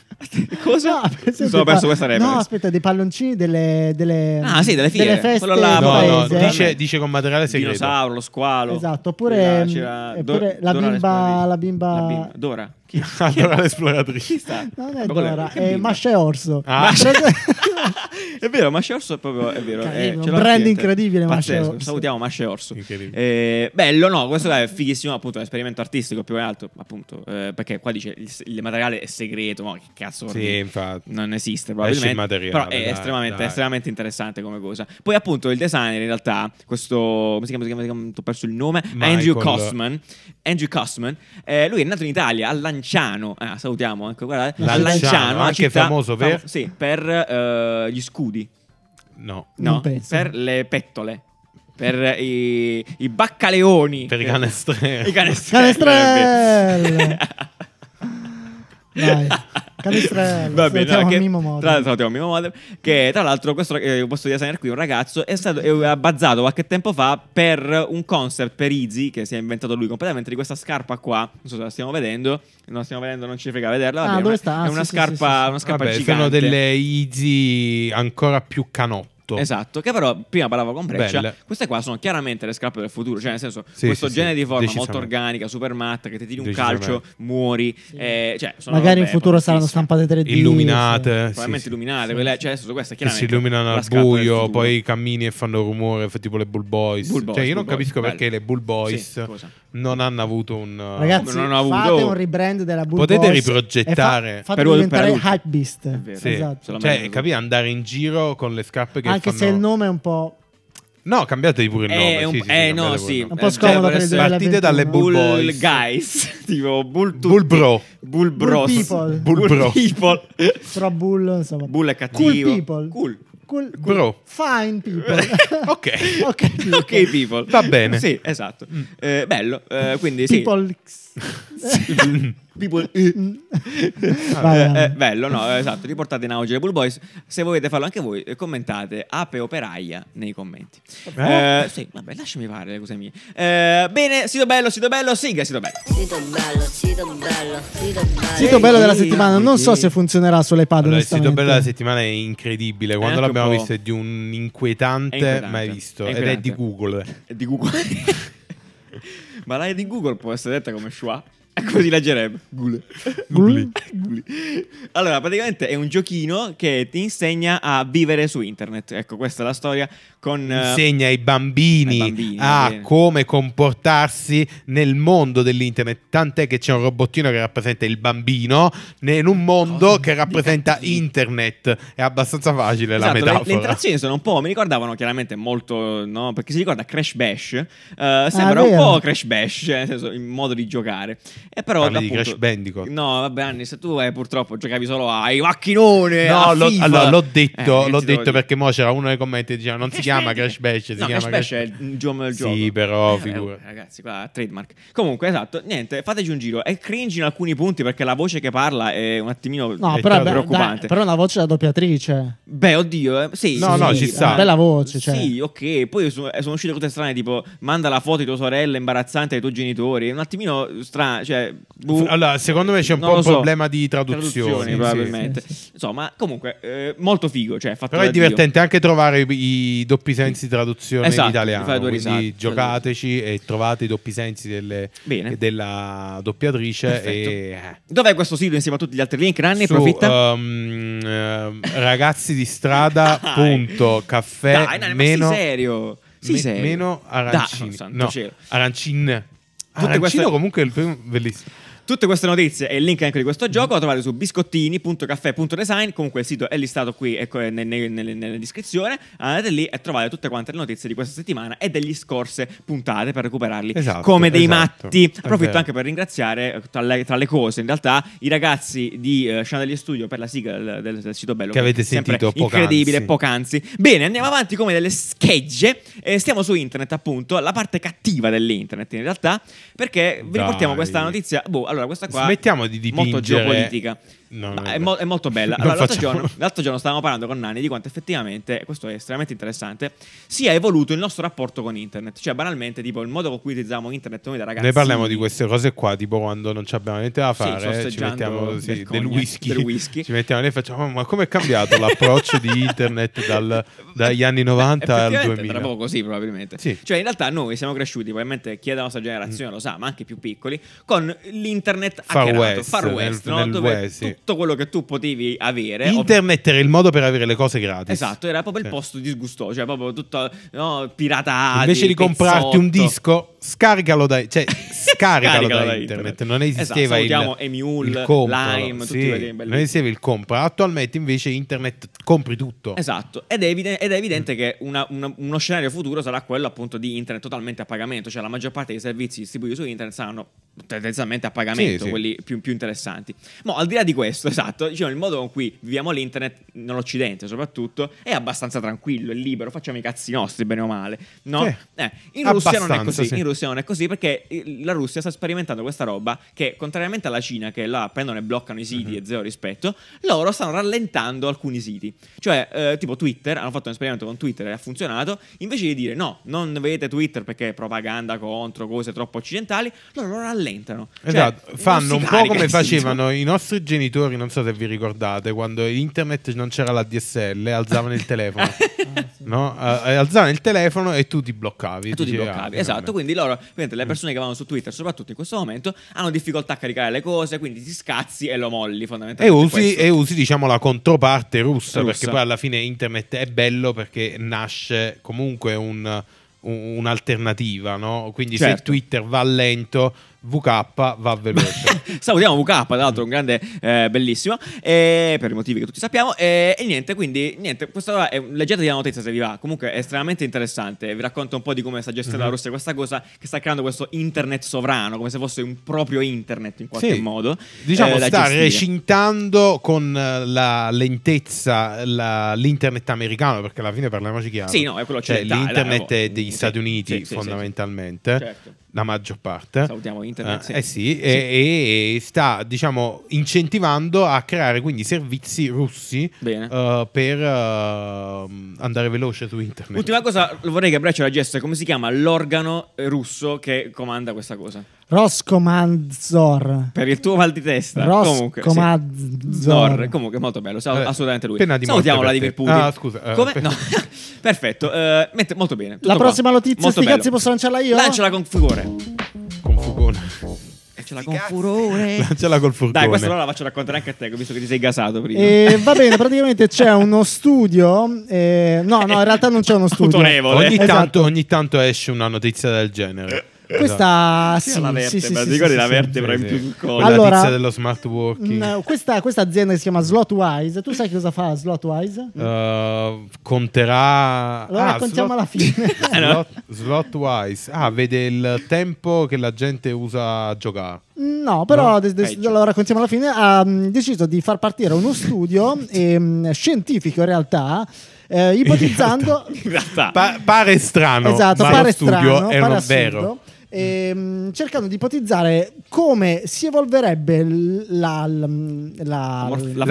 Speaker 2: Cosa?
Speaker 4: No,
Speaker 2: Mi
Speaker 4: penso
Speaker 2: sono
Speaker 4: dei pa-
Speaker 2: perso questa reference.
Speaker 4: No, aspetta, dei palloncini, delle. delle
Speaker 2: Ah, sì, delle fiere.
Speaker 4: feste.
Speaker 2: Quello là,
Speaker 4: del
Speaker 1: No, no,
Speaker 4: paese.
Speaker 1: dice, dice con materiale
Speaker 2: il
Speaker 1: segreto.
Speaker 2: dinosauro, lo squalo.
Speaker 4: Esatto, oppure,
Speaker 2: C'era- c'era
Speaker 4: ehm,
Speaker 2: Do-
Speaker 4: oppure la
Speaker 2: Dora
Speaker 4: bimba-
Speaker 2: l'esplorata-
Speaker 4: la bimba-
Speaker 2: Dora. Chi?
Speaker 1: Allora l'esploratrice.
Speaker 2: Chi sta?
Speaker 4: Non
Speaker 2: Ma
Speaker 4: è
Speaker 2: quella-
Speaker 4: Dora,
Speaker 2: che
Speaker 4: è
Speaker 2: bimba?
Speaker 4: Masha e Orso.
Speaker 1: Ah.
Speaker 2: è vero, Masha e Orso è proprio è vero.
Speaker 4: Carino,
Speaker 2: eh, ce l'ho
Speaker 4: un brand
Speaker 2: presente.
Speaker 4: incredibile, Masha e
Speaker 2: Pazzesco,
Speaker 4: Orso.
Speaker 2: Salutiamo Masha e Orso.
Speaker 1: Incredibile.
Speaker 2: Eh, bello, no, questo è fighissimo, appunto, è un esperimento artistico più che altro, appunto, eh, perché qua dice il, il materiale è segreto, ma che cazzo vuol
Speaker 1: Sì,
Speaker 2: dire?
Speaker 1: infatti.
Speaker 2: Non esiste
Speaker 1: Esce
Speaker 2: probabilmente,
Speaker 1: il materiale,
Speaker 2: però è
Speaker 1: dai,
Speaker 2: estremamente,
Speaker 1: dai.
Speaker 2: estremamente interessante come cosa. Poi appunto il designer in realtà, questo come si chiama, si chiama, si chiama ho perso il nome,
Speaker 1: Michael.
Speaker 2: Andrew Costman, Andrew Costman, eh, lui è nato in Italia a Lanciano, ah, salutiamo anche, guardate, a
Speaker 1: Lanciano,
Speaker 2: Lanciano, una
Speaker 1: anche
Speaker 2: città-
Speaker 1: famoso per-
Speaker 2: sì, per eh, gli scudi,
Speaker 1: No.
Speaker 4: Non
Speaker 2: no,
Speaker 4: penso.
Speaker 2: per le pettole, per i, i baccaleoni,
Speaker 1: Per i canestrelli.
Speaker 2: I canestrelli.
Speaker 4: Canestrelle! Dai, Canestrello.
Speaker 2: Va bene,
Speaker 4: Salutiamo
Speaker 2: no, che-
Speaker 4: Mimmo Modem.
Speaker 2: Tra l'altro, salutiamo Mimmo Modem, Che tra l'altro, questo eh, posto di designer qui, un ragazzo, è stato è abbazzato qualche tempo fa per un concept per Easy che si è inventato lui completamente di questa scarpa qua. Non so se la stiamo vedendo. Non la stiamo vedendo, non ci frega vederla.
Speaker 4: Ah,
Speaker 2: vabbè,
Speaker 4: dove
Speaker 2: ma
Speaker 4: sta? Ah,
Speaker 2: È una
Speaker 4: sì, sì,
Speaker 2: scarpa,
Speaker 4: sì, sì.
Speaker 2: Una scarpa
Speaker 1: Vabbè,
Speaker 2: gigante.
Speaker 1: sono delle Easy ancora più canotto.
Speaker 2: Esatto, che però prima parlavo con Breccia,
Speaker 1: Belle.
Speaker 2: queste qua sono chiaramente le scarpe del futuro, cioè nel senso
Speaker 1: Sì,
Speaker 2: questo
Speaker 1: sì,
Speaker 2: genere
Speaker 1: sì,
Speaker 2: di forma molto
Speaker 1: decisamente.
Speaker 2: organica, super matta, che ti tiri un
Speaker 1: Decisamente.
Speaker 2: calcio, muori, eh, cioè, sono
Speaker 4: Magari in
Speaker 2: robe
Speaker 4: futuro saranno
Speaker 2: fortissime.
Speaker 4: stampate 3D. sì.
Speaker 1: Illuminate. Eh, sì,
Speaker 2: Probabilmente
Speaker 1: sì.
Speaker 2: illuminate,
Speaker 4: Sì.
Speaker 2: quelle- cioè adesso questa è
Speaker 1: Che si
Speaker 2: chiaramente
Speaker 1: illuminano
Speaker 2: la
Speaker 1: al
Speaker 2: scarpa del
Speaker 1: buio,
Speaker 2: futuro.
Speaker 1: poi cammini e fanno rumore, fa tipo le Bull Boys.
Speaker 2: Bull Boys,
Speaker 1: cioè, io non
Speaker 2: Bull Boys,
Speaker 1: capisco perché
Speaker 2: bello.
Speaker 1: le Bull Boys
Speaker 2: Sì, cosa?
Speaker 1: non hanno avuto un. uh,
Speaker 4: Ragazzi,
Speaker 2: non ho avuto-
Speaker 4: fate un rebrand della Bull
Speaker 1: Potete
Speaker 4: Boys
Speaker 1: riprogettare.
Speaker 4: e fa- fate
Speaker 2: Per- per
Speaker 4: diventare
Speaker 2: adulti.
Speaker 4: Hype Beast.
Speaker 2: È vero.
Speaker 1: sì.
Speaker 4: Esatto.
Speaker 1: Cioè, capì? Andare in giro con le scarpe che
Speaker 4: Anche
Speaker 1: fanno-
Speaker 4: se il nome è un po'.
Speaker 1: No, cambiatevi pure il
Speaker 2: Eh,
Speaker 1: nome.
Speaker 2: un-
Speaker 1: sì, sì, sì,
Speaker 2: eh, no,
Speaker 1: cambiate pure
Speaker 2: sì.
Speaker 1: il nome.
Speaker 4: Un
Speaker 2: Eh,
Speaker 4: po'
Speaker 2: cioè, per
Speaker 4: scomodo per il
Speaker 2: essere-
Speaker 4: 2021.
Speaker 1: Partite dalle Bull
Speaker 2: Bull
Speaker 1: Boys.
Speaker 2: guys, tipo bull Eh, tutti.
Speaker 1: Bull Bro.
Speaker 2: bull
Speaker 4: Bull
Speaker 2: bros,
Speaker 4: people.
Speaker 1: Bull bro.
Speaker 2: people.
Speaker 4: Però Bull, insomma.
Speaker 2: bull è
Speaker 4: Cool
Speaker 2: cattivo.
Speaker 4: people.
Speaker 2: Cool.
Speaker 4: Cool- cool-
Speaker 1: Bro.
Speaker 4: Fine people.
Speaker 1: Ok.
Speaker 4: ok. people.
Speaker 2: Ok, people.
Speaker 1: Va bene. Mm.
Speaker 2: Sì, esatto. Eh, bello. Eh, quindi sì.
Speaker 4: People.
Speaker 2: People.
Speaker 4: Vai,
Speaker 2: Eh,
Speaker 4: vai.
Speaker 2: eh, bello, no, eh, esatto, riportate in auge le Bull Boys. Se volete farlo anche voi, eh, commentate Ape Operaia nei commenti.
Speaker 1: Eh?
Speaker 2: Eh, sì, vabbè, lasciami fare le cose mie. Eh, bene, sito bello, sito bello, siga, sito bello.
Speaker 5: Sito bello, sito bello, sito bello.
Speaker 4: Sito bello della
Speaker 2: Sì,
Speaker 4: settimana. Non so
Speaker 2: sì.
Speaker 4: se funzionerà sull'iPad.
Speaker 1: Allora, il
Speaker 4: Ah, onestamente.
Speaker 1: sito bello della settimana è incredibile. Quando
Speaker 2: anche un
Speaker 1: l'abbiamo
Speaker 2: po'-
Speaker 1: visto è di un
Speaker 2: È
Speaker 1: inquietante
Speaker 2: inquietante.
Speaker 1: mai visto.
Speaker 2: È
Speaker 1: Ed è
Speaker 2: inquietante.
Speaker 1: di Google.
Speaker 2: È Eh, di Google. Ma la E di Google può essere detta come schwa. E così leggerebbe. Google.
Speaker 4: Gulli.
Speaker 2: Gulli. Allora, praticamente è un giochino che ti insegna a vivere su internet. Ecco, questa è la storia con... eh,
Speaker 1: Insegna ai bambini,
Speaker 2: ai bambini,
Speaker 1: a
Speaker 2: bene.
Speaker 1: come comportarsi nel mondo dell'internet. Tant'è che c'è un robottino che rappresenta il bambino in un mondo
Speaker 2: Cosa
Speaker 1: che rappresenta
Speaker 2: cattivi.
Speaker 1: internet. È abbastanza facile la
Speaker 2: Esatto, le-
Speaker 1: metafora.
Speaker 2: Le, interazioni sono un po'. Mi ricordavano chiaramente molto. No? Perché si ricorda Crash Bash. eh, sembra un
Speaker 4: Ah, vero.
Speaker 2: po' Crash Bash, cioè, nel senso, il modo di giocare. E però,
Speaker 1: Parli di
Speaker 2: appunto-
Speaker 1: Crash Bandicoot?
Speaker 2: No, vabbè, Anni, se tu eh, purtroppo giocavi solo ai macchinone.
Speaker 1: No,
Speaker 2: Eh, a
Speaker 1: l'ho,
Speaker 2: FIFA.
Speaker 1: allora, l'ho
Speaker 2: Eh,
Speaker 1: detto,
Speaker 2: che
Speaker 1: l'ho
Speaker 2: ti devo
Speaker 1: detto
Speaker 2: dire?
Speaker 1: perché mo c'era uno nei commenti che diceva non si chiama Crash Bash, si
Speaker 2: No,
Speaker 1: chiama
Speaker 2: Crash Bash è il gioco del
Speaker 1: Sì,
Speaker 2: gioco.
Speaker 1: però,
Speaker 2: Eh,
Speaker 1: figura.
Speaker 2: eh, Ragazzi, qua trademark. Comunque, esatto, niente, fateci un giro. È cringe in alcuni punti perché la voce che parla è un attimino eh, cioè,
Speaker 4: No,
Speaker 1: È
Speaker 4: però,
Speaker 1: già
Speaker 4: beh,
Speaker 2: preoccupante.
Speaker 4: dai, però è una voce da doppiatrice.
Speaker 2: Beh, oddio, eh, sì.
Speaker 1: No,
Speaker 2: sì,
Speaker 1: no,
Speaker 2: sì.
Speaker 1: ci
Speaker 2: eh,
Speaker 1: sta.
Speaker 4: Bella voce, cioè.
Speaker 2: Sì, ok. Poi sono, eh, sono uscite cose strane, tipo manda la foto di tua sorella imbarazzante ai tuoi genitori. Un attimino strano, cioè... boh.
Speaker 1: Allora, secondo me c'è un
Speaker 2: Non
Speaker 1: po'
Speaker 2: lo
Speaker 1: un
Speaker 2: so.
Speaker 1: problema di traduzione.
Speaker 2: Traduzioni,
Speaker 1: sì.
Speaker 2: probabilmente.
Speaker 4: Sì,
Speaker 2: Insomma, comunque, eh, molto figo, cioè, fatto
Speaker 1: Però
Speaker 2: da
Speaker 1: è
Speaker 2: Dio.
Speaker 1: divertente anche trovare i, i doppi sensi di traduzione
Speaker 2: Esatto,
Speaker 1: in italiano.
Speaker 2: fai due
Speaker 1: Quindi
Speaker 2: risate.
Speaker 1: giocateci e trovate i doppi sensi delle-
Speaker 2: Bene.
Speaker 1: della doppiatrice.
Speaker 2: Perfetto.
Speaker 1: E, eh,
Speaker 2: Dov'è questo sito insieme a tutti gli altri link? Nanni,
Speaker 1: su,
Speaker 2: approfitta.
Speaker 1: um, ehm, ragazzidistrada.caffè
Speaker 2: Dai, Nanni, ma sei
Speaker 1: meno,
Speaker 2: serio? Sei
Speaker 1: me-
Speaker 2: serio?
Speaker 1: meno arancini.
Speaker 2: Dai, santo
Speaker 1: no,
Speaker 2: cielo.
Speaker 1: arancin.
Speaker 2: Tutte
Speaker 1: Arancino
Speaker 2: queste-
Speaker 1: comunque è il primo bellissimo.
Speaker 2: Tutte queste notizie e il link anche di questo gioco lo trovate su biscottini.caffè.design. Comunque il sito è listato qui ecco, eh, ne- ne- nelle- nella descrizione. Andate lì e trovate tutte quante le notizie di questa settimana e degli scorse puntate per recuperarli
Speaker 1: Esatto,
Speaker 2: come dei
Speaker 1: esatto.
Speaker 2: matti.
Speaker 1: È
Speaker 2: Approfitto
Speaker 1: vero.
Speaker 2: anche per ringraziare, eh, tra le, tra le cose, in realtà, i ragazzi di eh, Chandelier Studio per la sigla del, del- del sito bello.
Speaker 1: Che avete
Speaker 2: è sempre
Speaker 1: sentito poc'anzi.
Speaker 2: Incredibile, poc'anzi. Bene, andiamo avanti come delle schegge. Eh, stiamo su internet, appunto, la parte cattiva dell'internet in realtà, perché vi
Speaker 1: Dai.
Speaker 2: riportiamo questa notizia. Boh, allora questa qua
Speaker 1: Smettiamo di dipingere.
Speaker 2: molto geopolitica.
Speaker 1: No,
Speaker 2: Ma
Speaker 1: no,
Speaker 2: è,
Speaker 1: no.
Speaker 2: mo- è molto bella.
Speaker 1: Non
Speaker 2: Allora, l'altro,
Speaker 1: facciamo-
Speaker 2: giorno, l'altro giorno stavamo parlando con Nani di quanto effettivamente, questo è estremamente interessante, si è evoluto il nostro rapporto con internet. Cioè, banalmente, tipo il modo con cui utilizziamo internet noi da ragazzi.
Speaker 1: Noi parliamo di queste cose qua, tipo quando non ci abbiamo niente da
Speaker 2: Sì,
Speaker 1: fare, ci
Speaker 2: sorseggiando
Speaker 1: mettiamo
Speaker 2: del
Speaker 1: sì, del,
Speaker 2: cognac,
Speaker 1: whisky,
Speaker 2: del whisky.
Speaker 1: Ci mettiamo lì e facciamo, ma come è cambiato l'approccio di internet dal- dagli anni 90 al
Speaker 2: Effettivamente,
Speaker 1: 2000?
Speaker 2: Era proprio così, probabilmente.
Speaker 1: Sì. Mm.
Speaker 2: Cioè, in realtà, noi siamo cresciuti, probabilmente chi è della nostra generazione lo sa, ma anche più piccoli, con l'internet
Speaker 1: Far
Speaker 2: hackerato,
Speaker 1: West,
Speaker 2: far
Speaker 1: nel-
Speaker 2: west, no?
Speaker 1: nel
Speaker 2: dove
Speaker 1: West, sì.
Speaker 2: tutto quello che tu potevi avere. ov-
Speaker 1: Internet era il modo per avere le cose gratis.
Speaker 2: Esatto, era proprio il
Speaker 1: Sì.
Speaker 2: posto disgustoso, cioè proprio tutto no, piratato.
Speaker 1: Invece di comprarti un disco, scaricalo da, cioè, scaricalo
Speaker 2: Scaricalo
Speaker 1: da
Speaker 2: da
Speaker 1: internet.
Speaker 2: internet.
Speaker 1: Non esisteva
Speaker 2: Esatto, salutiamo
Speaker 1: il,
Speaker 2: Emule,
Speaker 1: il compra,
Speaker 2: Lime, tutti
Speaker 1: sì,
Speaker 2: quelli belli.
Speaker 1: non esisteva il compra. Attualmente invece internet compri tutto.
Speaker 2: Esatto, ed è, evide- ed è evidente che una- una- uno scenario futuro sarà quello appunto di internet totalmente a pagamento, cioè la maggior parte dei servizi distribuiti su internet saranno tendenzialmente a pagamento,
Speaker 1: Sì, sì.
Speaker 2: quelli più, più interessanti. Ma al di là di questo, esatto. Diciamo, il modo con cui viviamo l'internet, nell'Occidente soprattutto, è abbastanza tranquillo, è libero, facciamo i cazzi nostri, bene o male. No?
Speaker 1: Sì.
Speaker 2: Eh, in Russia non è
Speaker 1: Abbastanza,
Speaker 2: così.
Speaker 1: sì.
Speaker 2: In Russia non è così perché il- la Russia sta sperimentando questa roba che, contrariamente alla Cina, che la prendono e bloccano i siti
Speaker 1: Mhm.
Speaker 2: e zero rispetto, loro stanno rallentando alcuni siti. Cioè, eh, tipo Twitter, hanno fatto un esperimento con Twitter e ha funzionato. Invece di dire no, non vedete Twitter perché è propaganda contro cose troppo occidentali, loro lo rallentano. Cioè,
Speaker 1: Esatto,
Speaker 2: non si
Speaker 1: fanno un po'
Speaker 2: carica
Speaker 1: come
Speaker 2: il sito.
Speaker 1: facevano i nostri genitori, non so se vi ricordate, quando internet non c'era la DSL, alzavano il telefono. no? Eh, alzavano il telefono e tu ti bloccavi.
Speaker 2: E tu ti
Speaker 1: dicevi, ah,
Speaker 2: bloccavi,
Speaker 1: finalmente.
Speaker 2: esatto. Quindi loro, ovviamente, le persone che vanno su Twitter, soprattutto in questo momento, hanno difficoltà a caricare le cose, quindi ti scazzi e lo molli
Speaker 1: E
Speaker 2: fondamentalmente.
Speaker 1: usi,
Speaker 2: questo.
Speaker 1: e usi, diciamo la controparte russa,
Speaker 2: Russa.
Speaker 1: perché poi alla fine internet è bello perché nasce comunque un- un- un'alternativa, no? Quindi se
Speaker 2: Certo.
Speaker 1: Twitter va lento, VK va veloce.
Speaker 2: Salutiamo VK, tra l'altro, un grande eh, bellissimo, eh, per i motivi che tutti sappiamo. eh, e niente, quindi, niente, questa è leggete la notizia se vi va. Comunque è estremamente interessante. Vi racconto un po' di come sta gestendo
Speaker 1: Mhm.
Speaker 2: la Russia questa cosa che sta creando questo internet sovrano, come se fosse un proprio internet in qualche
Speaker 1: Sì.
Speaker 2: modo.
Speaker 1: Diciamo,
Speaker 2: eh, da
Speaker 1: sta
Speaker 2: gestire.
Speaker 1: recintando con eh, la lentezza la- l'internet americano, perché alla fine parliamoci chiaro.
Speaker 2: Sì, no, è quello
Speaker 1: cioè,
Speaker 2: occidentale,
Speaker 1: l'internet
Speaker 2: dai,
Speaker 1: è degli
Speaker 2: sì,
Speaker 1: Stati
Speaker 2: sì,
Speaker 1: Uniti,
Speaker 2: sì, sì, sì.
Speaker 1: fondamentalmente,
Speaker 2: Certo.
Speaker 1: la maggior parte.
Speaker 2: Salutiamo internet,
Speaker 1: Eh,
Speaker 2: sì.
Speaker 1: eh sì, E, e- e sta, diciamo, incentivando a creare quindi servizi russi
Speaker 2: Bene.
Speaker 1: eh, per eh, andare veloce su internet.
Speaker 2: Ultima cosa, vorrei che Breccia la gesta, come si chiama l'organo eh, russo che comanda questa cosa?
Speaker 4: Roscomanzor.
Speaker 2: Per il tuo mal di testa. comunque, sì.
Speaker 4: Roscomanzor.
Speaker 2: Zor, comunque molto bello, sa-
Speaker 1: Eh,
Speaker 2: assolutamente lui.
Speaker 1: pena di
Speaker 2: Salutiamo
Speaker 1: morte per te.
Speaker 2: Vladimir Putin.
Speaker 1: Ah, scusa, eh,
Speaker 2: Come?
Speaker 1: per-
Speaker 2: No. Perfetto, eh, mette- molto bene. tutto
Speaker 4: La
Speaker 2: qua.
Speaker 4: prossima notizia,
Speaker 2: Molto
Speaker 4: sti
Speaker 2: bello.
Speaker 4: cazzi, posso lanciarla io?
Speaker 2: Lanciala con furore.
Speaker 1: Con furgone.
Speaker 2: Lanciala con furore.
Speaker 1: Lanciala col furgone.
Speaker 2: Eh. Dai, questa allora la faccio raccontare anche a te, visto che ti sei gasato prima.
Speaker 4: E Eh, va bene, praticamente c'è uno studio. eh, no, no, in realtà non c'è uno studio.
Speaker 2: Autorevole.
Speaker 1: Ogni,
Speaker 4: Esatto.
Speaker 1: tanto, ogni tanto esce una notizia del genere.
Speaker 4: Questa
Speaker 2: Esatto. Sì,
Speaker 4: sì,
Speaker 2: la vertebra,
Speaker 4: sì, sì,
Speaker 2: ti
Speaker 4: sì,
Speaker 2: ricordi
Speaker 4: sì,
Speaker 2: la
Speaker 4: sì.
Speaker 2: vertebra in
Speaker 1: Sì,
Speaker 2: più
Speaker 1: sì.
Speaker 2: con-
Speaker 1: Quella
Speaker 4: Allora-
Speaker 1: tizia dello smart working.
Speaker 4: Mm, questa, questa azienda che si chiama Slotwise, tu sai che cosa fa Slotwise?
Speaker 1: Eh, conterà Ah,
Speaker 4: Lo
Speaker 2: Ah,
Speaker 4: raccontiamo alla fine.
Speaker 2: Eh,
Speaker 1: slot wise ah vede il tempo che la gente usa a giocare
Speaker 4: No, però
Speaker 1: No?
Speaker 4: des- des-
Speaker 2: Peggio.
Speaker 4: lo raccontiamo alla fine. Ha mm, deciso di far partire uno studio ehm, scientifico in realtà, eh, ipotizzando.
Speaker 2: In realtà,
Speaker 1: Pa- pare strano
Speaker 4: esatto,
Speaker 1: ma
Speaker 4: pare
Speaker 1: lo studio
Speaker 4: strano,
Speaker 1: è
Speaker 4: pare
Speaker 1: non
Speaker 4: assurdo.
Speaker 1: vero
Speaker 4: Ehm, cercando di ipotizzare come si evolverebbe l- la, la,
Speaker 2: morf- la
Speaker 4: la-
Speaker 1: la
Speaker 2: morfologia della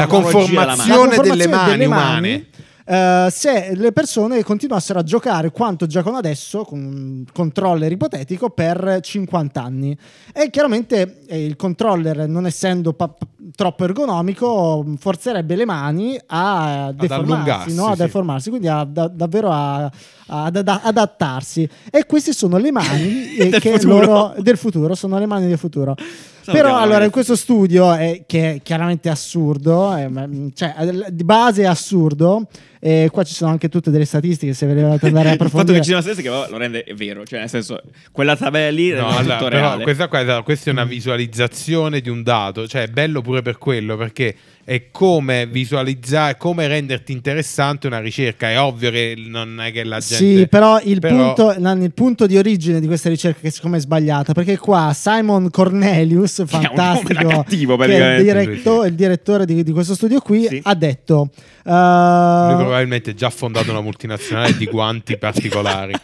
Speaker 2: mano.
Speaker 1: conformazione delle mani umane.
Speaker 4: eh, se le persone continuassero a giocare quanto giocano adesso con un controller ipotetico per 50 anni e chiaramente eh, il controller non essendo pa- pa- troppo ergonomico forzerebbe le mani a deformarsi,
Speaker 1: allungarsi,
Speaker 4: no? ad
Speaker 1: sì.
Speaker 4: deformarsi, quindi a- da- davvero a- ad ad- adattarsi e queste sono le mani eh,
Speaker 2: Del
Speaker 4: che
Speaker 2: futuro.
Speaker 4: loro del futuro sono le mani del futuro
Speaker 2: Salutiamo,
Speaker 4: però allora
Speaker 2: ragazzi.
Speaker 4: in questo studio eh, che è chiaramente assurdo eh, ma, mh, cioè eh, di base è assurdo e qua ci sono anche tutte delle statistiche se volevate andare a
Speaker 2: il fatto
Speaker 4: approfondire
Speaker 2: che ci sia una stessa che va- lo rende vero, cioè nel senso quella tabella lì
Speaker 1: No,
Speaker 2: rende
Speaker 1: allora,
Speaker 2: tutto
Speaker 1: però
Speaker 2: reale. Mm.
Speaker 1: questa, qua è, questa è una visualizzazione di un dato, cioè è bello pure per quello perché è come visualizzare, come renderti interessante una ricerca. È ovvio che non è che la gente.
Speaker 4: Sì, però, il,
Speaker 1: però-
Speaker 4: Punto, no, il punto di origine di questa ricerca che siccome è sbagliata, perché qua Simon Cornelius,
Speaker 2: un nome da
Speaker 4: fantastico,
Speaker 2: cattivo,
Speaker 4: che è
Speaker 2: praticamente.
Speaker 4: il, diretto- il direttore di, di questo studio qui,
Speaker 2: Sì.
Speaker 4: ha detto... eh,
Speaker 1: Lui probabilmente ha già fondato una multinazionale di guanti particolari.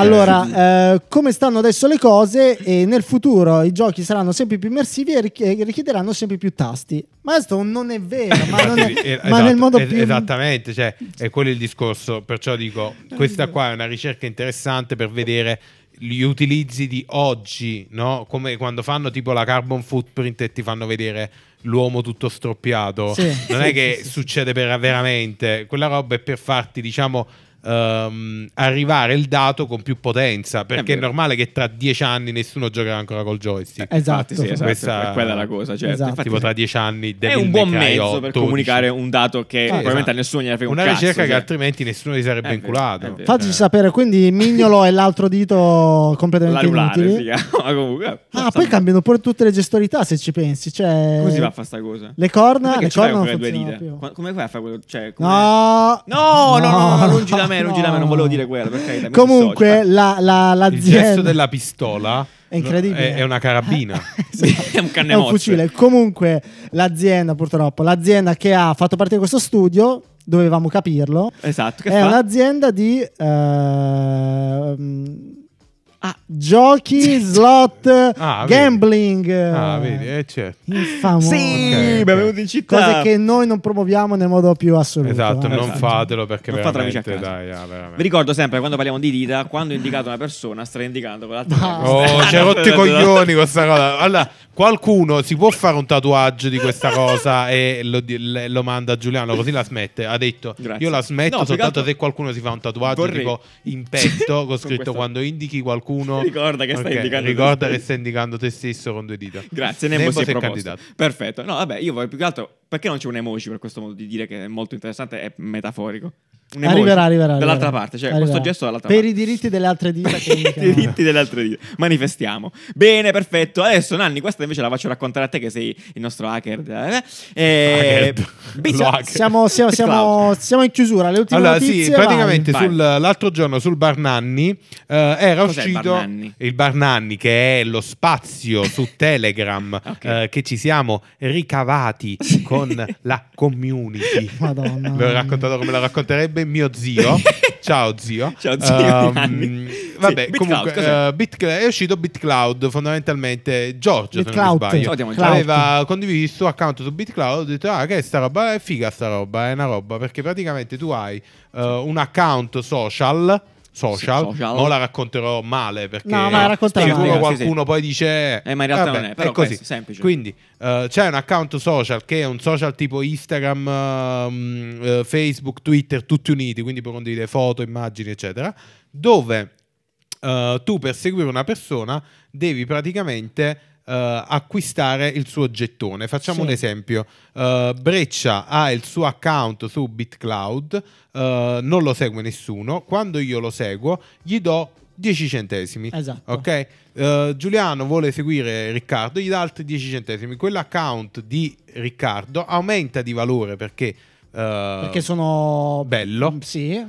Speaker 4: Allora, eh, come stanno adesso le cose, e nel futuro i giochi saranno sempre più immersivi e richi- e richiederanno sempre più tasti. Ma questo non è vero, ma, non è-
Speaker 1: Infatti, eh,
Speaker 4: ma
Speaker 1: esatto,
Speaker 4: nel modo
Speaker 1: es-
Speaker 4: più...
Speaker 1: esattamente, cioè, è quello il discorso. Perciò dico, questa qua è una ricerca interessante per vedere gli utilizzi di oggi, no? Come quando fanno tipo la carbon footprint e ti fanno vedere l'uomo tutto stroppiato.
Speaker 4: Sì.
Speaker 1: Non
Speaker 4: Sì,
Speaker 1: è che
Speaker 4: sì, sì, sì.
Speaker 1: succede per- veramente, quella roba è per farti, diciamo. ehm, arrivare il dato con più potenza perché è,
Speaker 2: vero.
Speaker 1: normale che tra dieci anni nessuno giocherà ancora col joystick
Speaker 4: Esatto.
Speaker 2: Infatti, sì, esatto,
Speaker 1: Questa-
Speaker 2: è quella la cosa, certo.
Speaker 4: Esatto.
Speaker 2: Infatti,
Speaker 1: tipo
Speaker 2: sì.
Speaker 1: tra dieci anni
Speaker 2: è
Speaker 1: Devil
Speaker 2: un
Speaker 1: May
Speaker 2: buon
Speaker 1: Cry
Speaker 2: mezzo per
Speaker 1: 8,
Speaker 2: comunicare
Speaker 1: 12.
Speaker 2: un dato che
Speaker 4: esatto.
Speaker 2: Eh, probabilmente a nessuno gliene frega un
Speaker 1: una
Speaker 2: cazzo,
Speaker 1: ricerca che
Speaker 2: cioè.
Speaker 1: altrimenti nessuno gli sarebbe
Speaker 2: È vero,
Speaker 1: inculato.
Speaker 2: è vero.
Speaker 4: Fateci
Speaker 1: Eh.
Speaker 4: sapere, quindi Mignolo e l'altro dito completamente
Speaker 2: l'anulare si
Speaker 4: inutili.
Speaker 2: chiama comunque.
Speaker 4: Ah, poi cambiano pure tutte le gestualità se ci pensi. Cioè,
Speaker 2: Come si va a fare sta cosa?
Speaker 4: Le corna,
Speaker 2: Perché
Speaker 4: le
Speaker 2: ci fai
Speaker 4: corna non
Speaker 2: con quelle
Speaker 4: funzionano
Speaker 2: due dita?
Speaker 4: più.
Speaker 2: Qua- Come fai a fare quello? Cioè, come-
Speaker 4: No,
Speaker 2: No, no, no, no, lungi da me, lungi da me, non volevo dire quello, per carità, mi
Speaker 4: Comunque,
Speaker 2: dissocio,
Speaker 4: la, la,
Speaker 1: Il
Speaker 4: l'azienda.
Speaker 1: gesto della pistola
Speaker 4: È
Speaker 1: È,
Speaker 4: incredibile.
Speaker 1: è una carabina.
Speaker 2: Sì, è un
Speaker 4: È un
Speaker 2: cannemozzo.
Speaker 4: fucile. Comunque, l'azienda, purtroppo, l'azienda che ha fatto parte di questo studio, dovevamo capirlo,
Speaker 2: Esatto, che
Speaker 4: è
Speaker 2: fa?
Speaker 4: un'azienda di ehm,
Speaker 2: Ah.
Speaker 4: giochi, slot,
Speaker 1: Ah, vedi.
Speaker 4: gambling.
Speaker 1: ah, vedi, eh, certo.
Speaker 4: Infamo.
Speaker 2: Sì,
Speaker 1: Ok, ok.
Speaker 2: benvenuti in città.
Speaker 4: Cose che noi non promuoviamo nel modo più assoluto.
Speaker 1: Esatto,
Speaker 4: eh.
Speaker 1: non
Speaker 2: Esatto.
Speaker 1: fatelo perché
Speaker 2: Non fatelo, amici, a
Speaker 1: veramente,
Speaker 2: casa.
Speaker 1: dai, ah, veramente.
Speaker 2: Vi ricordo sempre quando parliamo di dita, quando indicate una persona, stai indicando quell'altra.
Speaker 4: Ah.
Speaker 1: Oh, c'è rotto i coglioni con questa cosa. Allora, qualcuno si può fare un tatuaggio di questa cosa e lo, di- le- lo manda a Giuliano, così la smette. Ha detto:
Speaker 2: Grazie.
Speaker 1: Io la smetto
Speaker 2: No, più che
Speaker 1: soltanto
Speaker 2: altro
Speaker 1: se qualcuno si fa un tatuaggio
Speaker 2: vorrei-
Speaker 1: tipo in petto. con
Speaker 2: Con
Speaker 1: scritto:
Speaker 2: questo-
Speaker 1: Quando indichi qualcuno,
Speaker 2: Ricorda che stai
Speaker 1: Ok,
Speaker 2: indicando te
Speaker 1: ricorda
Speaker 2: stesso."
Speaker 1: che stai indicando te stesso con due dita.
Speaker 2: Grazie, Nembo, si è
Speaker 1: sei
Speaker 2: proposto.
Speaker 1: candidato.
Speaker 2: Perfetto. No, vabbè, io voglio più che altro perché non c'è un emoji per questo modo di dire che è molto interessante è metaforico. Un emoji
Speaker 4: Arriverà, arriverà.
Speaker 2: Dall'altra
Speaker 4: arriverà.
Speaker 2: parte, cioè
Speaker 4: Arriverà.
Speaker 2: questo gesto dall'altra
Speaker 4: Per
Speaker 2: parte.
Speaker 4: i diritti delle altre dita. che
Speaker 2: I
Speaker 4: indicano-
Speaker 2: diritti delle altre dita. Manifestiamo. Bene, perfetto. Adesso, Nanni, questa invece la faccio raccontare a te che sei il nostro hacker. eh. Eh,
Speaker 1: Hacker.
Speaker 2: Bisa-
Speaker 1: Ah, Lo hacker.
Speaker 4: Siamo, siamo, siamo,
Speaker 2: Cloud.
Speaker 4: siamo in chiusura. Le ultime
Speaker 1: Allora,
Speaker 4: notizie.
Speaker 1: sì,
Speaker 4: vai.
Speaker 1: praticamente
Speaker 2: vai.
Speaker 1: sul- l'altro giorno sul Barnanni eh, era
Speaker 2: Cos'è il
Speaker 1: uscito
Speaker 2: Barnanni?
Speaker 1: il Barnanni, che è lo spazio su Telegram
Speaker 2: Ok.
Speaker 1: eh, che ci siamo ricavati con la community.
Speaker 2: Ah.
Speaker 4: Madonna.
Speaker 1: Ve l'ho raccontato come la racconterebbe mio zio. Ciao zio.
Speaker 2: Ciao, zio
Speaker 1: Ehm,
Speaker 2: Nanni.
Speaker 1: vabbè,
Speaker 2: Sì,
Speaker 1: comunque
Speaker 2: BitCloud, cos'è?
Speaker 1: eh, Bitcla- è uscito BitCloud, fondamentalmente Giorgio,
Speaker 4: BitCloud.
Speaker 1: se non mi
Speaker 2: Odiamo
Speaker 1: sbaglio,
Speaker 2: Giorgio.
Speaker 1: aveva condiviso il suo account su BitCloud, ho detto "Ah, che è sta roba? È figa sta roba, è una roba perché praticamente tu hai eh, un account social Social,
Speaker 2: Sì, social.
Speaker 1: non la racconterò male perché
Speaker 4: No, ma raccontala
Speaker 1: sicuro
Speaker 2: male.
Speaker 1: qualcuno
Speaker 2: Sì, sì.
Speaker 1: poi dice
Speaker 2: Eh, ma in realtà
Speaker 1: "Vabbè,
Speaker 2: non è, però
Speaker 1: è così.
Speaker 2: questo, semplice.
Speaker 1: Quindi eh, c'è un account social che è un social tipo Instagram, ehm, eh, Facebook, Twitter, tutti uniti, quindi puoi condividere foto, immagini, eccetera, dove eh, tu per seguire una persona devi praticamente eh, acquistare il suo gettone. Facciamo
Speaker 4: Sì.
Speaker 1: un esempio. Eh, Breccia ha il suo account su BitCloud, eh, non lo segue nessuno. Quando io lo seguo, gli do 10 centesimi.
Speaker 4: Esatto.
Speaker 1: Ok? Eh, Giuliano vuole seguire Riccardo, gli dà altri 10 centesimi. Quell'account di Riccardo aumenta di valore perché. eh,
Speaker 4: Perché sono. Mm,
Speaker 1: Bello. Mm-hmm.
Speaker 4: Sì.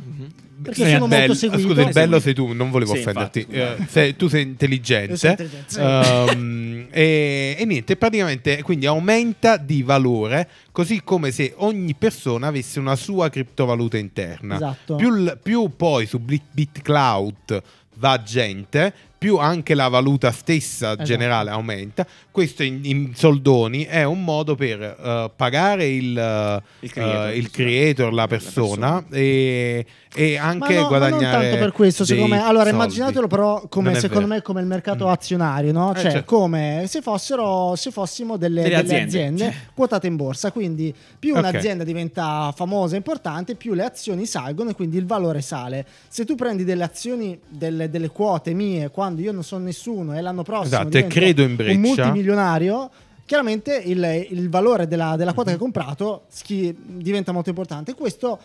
Speaker 4: Perché
Speaker 1: Sì,
Speaker 4: sono
Speaker 1: bello-
Speaker 4: molto seguito.
Speaker 1: Scusa, il
Speaker 2: Eh,
Speaker 1: bello
Speaker 2: seguito.
Speaker 1: sei tu, non volevo
Speaker 2: Sì,
Speaker 1: offenderti.
Speaker 2: infatti, scusa.
Speaker 1: Eh, sei- tu sei intelligente.
Speaker 4: Io sono intelligente,
Speaker 1: Ehm, e, e niente, praticamente quindi aumenta di valore, così come se ogni persona avesse una sua criptovaluta interna.
Speaker 4: Esatto.
Speaker 1: Più, l- più poi su Bit- BitCloud va gente, più anche la valuta stessa
Speaker 4: Esatto.
Speaker 1: generale aumenta. Questo in, in soldoni è un modo per eh, pagare il, eh,
Speaker 2: Il creator,
Speaker 1: eh, il
Speaker 2: giusto.
Speaker 1: creator, la
Speaker 2: La
Speaker 1: persona,
Speaker 2: persona.
Speaker 1: E, e
Speaker 4: Ma
Speaker 1: anche
Speaker 4: no, ma non
Speaker 1: guadagnare.
Speaker 4: tanto per questo,
Speaker 1: dei
Speaker 4: secondo me. Allora,
Speaker 1: soldi.
Speaker 4: immaginatelo però come
Speaker 1: Non è
Speaker 4: secondo
Speaker 1: vero.
Speaker 4: me come il mercato
Speaker 1: Mm.
Speaker 4: azionario, no?
Speaker 1: Eh,
Speaker 4: cioè,
Speaker 1: certo.
Speaker 4: come se fossero se fossimo delle,
Speaker 2: Delle
Speaker 4: delle aziende,
Speaker 2: aziende.
Speaker 4: quotate in borsa, quindi più
Speaker 1: Ok.
Speaker 4: un'azienda diventa famosa e importante, più le azioni salgono e quindi il valore sale. Se tu prendi delle azioni delle, delle quote mie quando io non sono nessuno e l'anno prossimo
Speaker 1: Esatto, e
Speaker 4: divento
Speaker 1: credo in Breccia.
Speaker 4: un multimilionario Chiaramente il, il valore della, della
Speaker 1: Mm-hmm.
Speaker 4: quota che hai comprato schi- diventa molto importante. Questo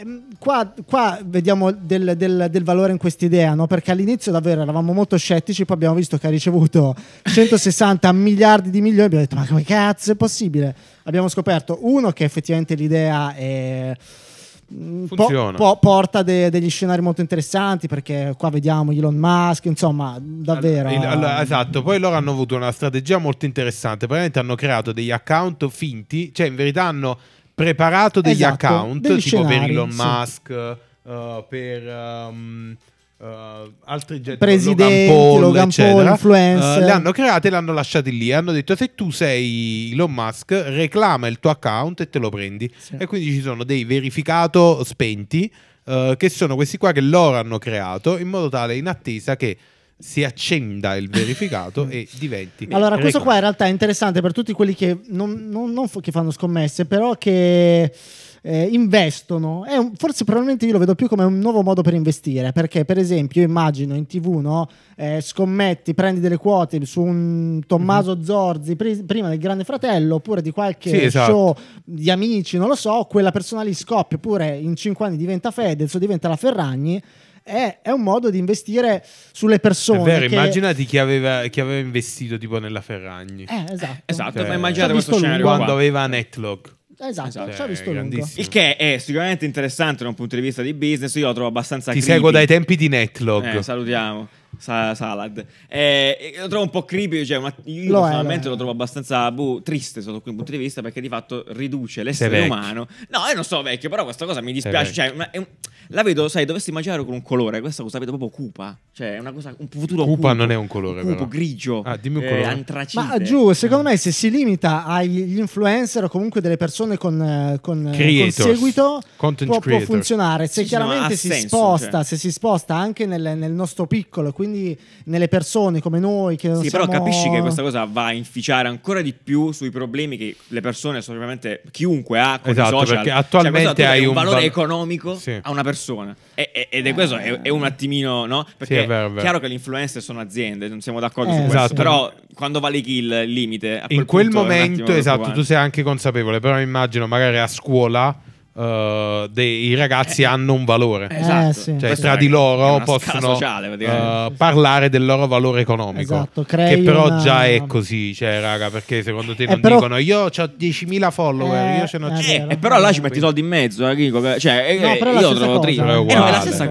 Speaker 4: Ehm, Qua, qua vediamo del, del- del valore in quest'idea, no? perché all'inizio davvero eravamo molto scettici, poi abbiamo visto che ha ricevuto 160 miliardi di milioni, abbiamo detto ma come cazzo è possibile? Abbiamo scoperto, uno, che effettivamente l'idea è... mh, po-
Speaker 1: Funziona.
Speaker 4: po- porta de- degli scenari molto interessanti perché qua vediamo Elon Musk, insomma, davvero...
Speaker 1: Il- allora,
Speaker 4: eh,
Speaker 1: esatto, poi loro hanno avuto una strategia molto interessante. Praticamente hanno creato degli account finti, cioè in verità hanno preparato degli
Speaker 4: Esatto,
Speaker 1: account
Speaker 4: degli
Speaker 1: tipo per
Speaker 4: scenari,
Speaker 1: Elon
Speaker 4: sì.
Speaker 1: Musk, eh, per ehm, eh, altri gente,
Speaker 4: Presidenti, Logan Paul,
Speaker 1: eccetera.
Speaker 4: influencer.
Speaker 1: Eh, le hanno create e le hanno lasciate lì. Hanno detto se tu sei Elon Musk, reclama il tuo account e te lo prendi.
Speaker 4: Sì.
Speaker 1: E quindi ci sono dei verificato spenti, eh, che sono questi qua che loro hanno creato in modo tale in attesa che si accenda il verificato e diventi.
Speaker 4: Allora, questo qua
Speaker 1: regolare.
Speaker 4: in realtà è interessante per tutti quelli che non, non- non fo- che fanno scommesse, però che eh, investono. È un- forse probabilmente io lo vedo più come un nuovo modo per investire, perché per esempio io immagino in tv, no? Eh, scommetti, prendi delle quote su un Tommaso Zorzi pri- prima del Grande Fratello oppure di qualche
Speaker 1: Mhm. Sì, esatto.
Speaker 4: show di amici, non lo so, quella persona lì scoppia oppure in 5 anni diventa Fedez o diventa la Ferragni. È, è un modo di investire sulle persone.
Speaker 1: È vero,
Speaker 4: che-
Speaker 1: immaginati chi aveva, chi aveva investito tipo nella Ferragni.
Speaker 4: Eh, esatto.
Speaker 2: Esatto,
Speaker 1: Ok.
Speaker 2: ma immaginate
Speaker 4: Ci ha
Speaker 2: questo
Speaker 4: visto
Speaker 2: scenario
Speaker 4: lungo.
Speaker 2: qua.
Speaker 1: Quando aveva Netlog.
Speaker 4: Esatto,
Speaker 2: Esatto.
Speaker 4: ci ha
Speaker 1: Cioè,
Speaker 4: visto lungo.
Speaker 1: grandissimo.
Speaker 2: Il che è sicuramente interessante da un punto di vista di business, io lo trovo abbastanza
Speaker 1: Ti
Speaker 2: creepy.
Speaker 1: seguo dai tempi di Netlog.
Speaker 2: Eh, salutiamo. sa- salad. Eh, e lo trovo un po' creepy, cioè, una- io
Speaker 4: Lo è,
Speaker 2: personalmente
Speaker 4: lo è.
Speaker 2: lo trovo abbastanza boh, triste sotto quel punto di vista perché di fatto riduce l'essere
Speaker 1: vecchio.
Speaker 2: umano. No, io non so vecchio, però questa cosa mi dispiace.
Speaker 1: vecchio.
Speaker 2: Cioè, ma è un- la vedo, sai, dovresti immaginare con un colore, questa cosa la vedo proprio cupa. Cioè, è una cosa, un futuro
Speaker 1: Cupa
Speaker 2: cupo.
Speaker 1: non è un colore,
Speaker 2: Cupo,
Speaker 1: però.
Speaker 2: grigio,
Speaker 1: Ah, dimmi un
Speaker 2: eh,
Speaker 1: colore.
Speaker 2: antracite.
Speaker 4: Ma giù, secondo me, se si limita agli influencer o comunque delle persone con, eh, con, eh, con
Speaker 1: Creators.
Speaker 4: seguito, può,
Speaker 1: Content
Speaker 4: può
Speaker 1: creators.
Speaker 4: funzionare.
Speaker 2: Sì,
Speaker 4: Se
Speaker 2: sì, no,
Speaker 4: chiaramente
Speaker 2: ha
Speaker 4: si
Speaker 2: senso,
Speaker 4: sposta,
Speaker 2: cioè.
Speaker 4: se si sposta anche nel, nel nostro piccolo, quindi nelle persone come noi che non
Speaker 2: Sì, però
Speaker 4: siamo-
Speaker 2: capisci che questa cosa va a inficiare ancora di più sui problemi che le persone, solamente chiunque ha con
Speaker 1: Esatto,
Speaker 2: i social. Cioè,
Speaker 1: perché attualmente
Speaker 2: questo dà
Speaker 1: hai
Speaker 2: un
Speaker 1: un
Speaker 2: valore
Speaker 1: val-
Speaker 2: economico
Speaker 1: Sì. Eh.
Speaker 2: a una persona. E- e- ed è questo, è, è un attimino, no? Perché
Speaker 1: è vero, è vero.
Speaker 2: chiaro che le influencer sono aziende, non siamo d'accordo
Speaker 4: Eh,
Speaker 2: su questo.
Speaker 1: esatto.
Speaker 2: Però quando vale kill il limite... a
Speaker 1: in quel
Speaker 2: punto è un
Speaker 1: momento,
Speaker 2: attimo
Speaker 1: esatto, tu
Speaker 2: preoccupante.
Speaker 1: sei anche consapevole, però immagino magari a scuola eh, dei- i ragazzi hanno un valore.
Speaker 4: Eh,
Speaker 2: Esatto.
Speaker 4: sì.
Speaker 1: Cioè,
Speaker 2: Questo
Speaker 1: tra
Speaker 2: è-
Speaker 1: di
Speaker 2: è
Speaker 1: loro
Speaker 2: una scala
Speaker 1: possono
Speaker 2: sociale, praticamente.
Speaker 1: eh, parlare del loro valore economico.
Speaker 4: Esatto, crei
Speaker 1: che però
Speaker 4: una-
Speaker 1: già è così, cioè, raga, perché secondo te
Speaker 4: Eh,
Speaker 1: non
Speaker 4: però-
Speaker 1: dicono io ho 10.000 follower,
Speaker 4: Eh,
Speaker 1: io ce n'ho
Speaker 4: eh,
Speaker 1: c-
Speaker 4: vero.
Speaker 2: Eh, e però là ci metti i soldi in mezzo, eh, Rico, cioè, eh,
Speaker 4: No, però
Speaker 2: io
Speaker 4: è la
Speaker 2: lo
Speaker 4: stessa
Speaker 2: trovo
Speaker 4: cosa.
Speaker 2: triste.
Speaker 4: Però è
Speaker 2: Eh, no,
Speaker 4: uguale,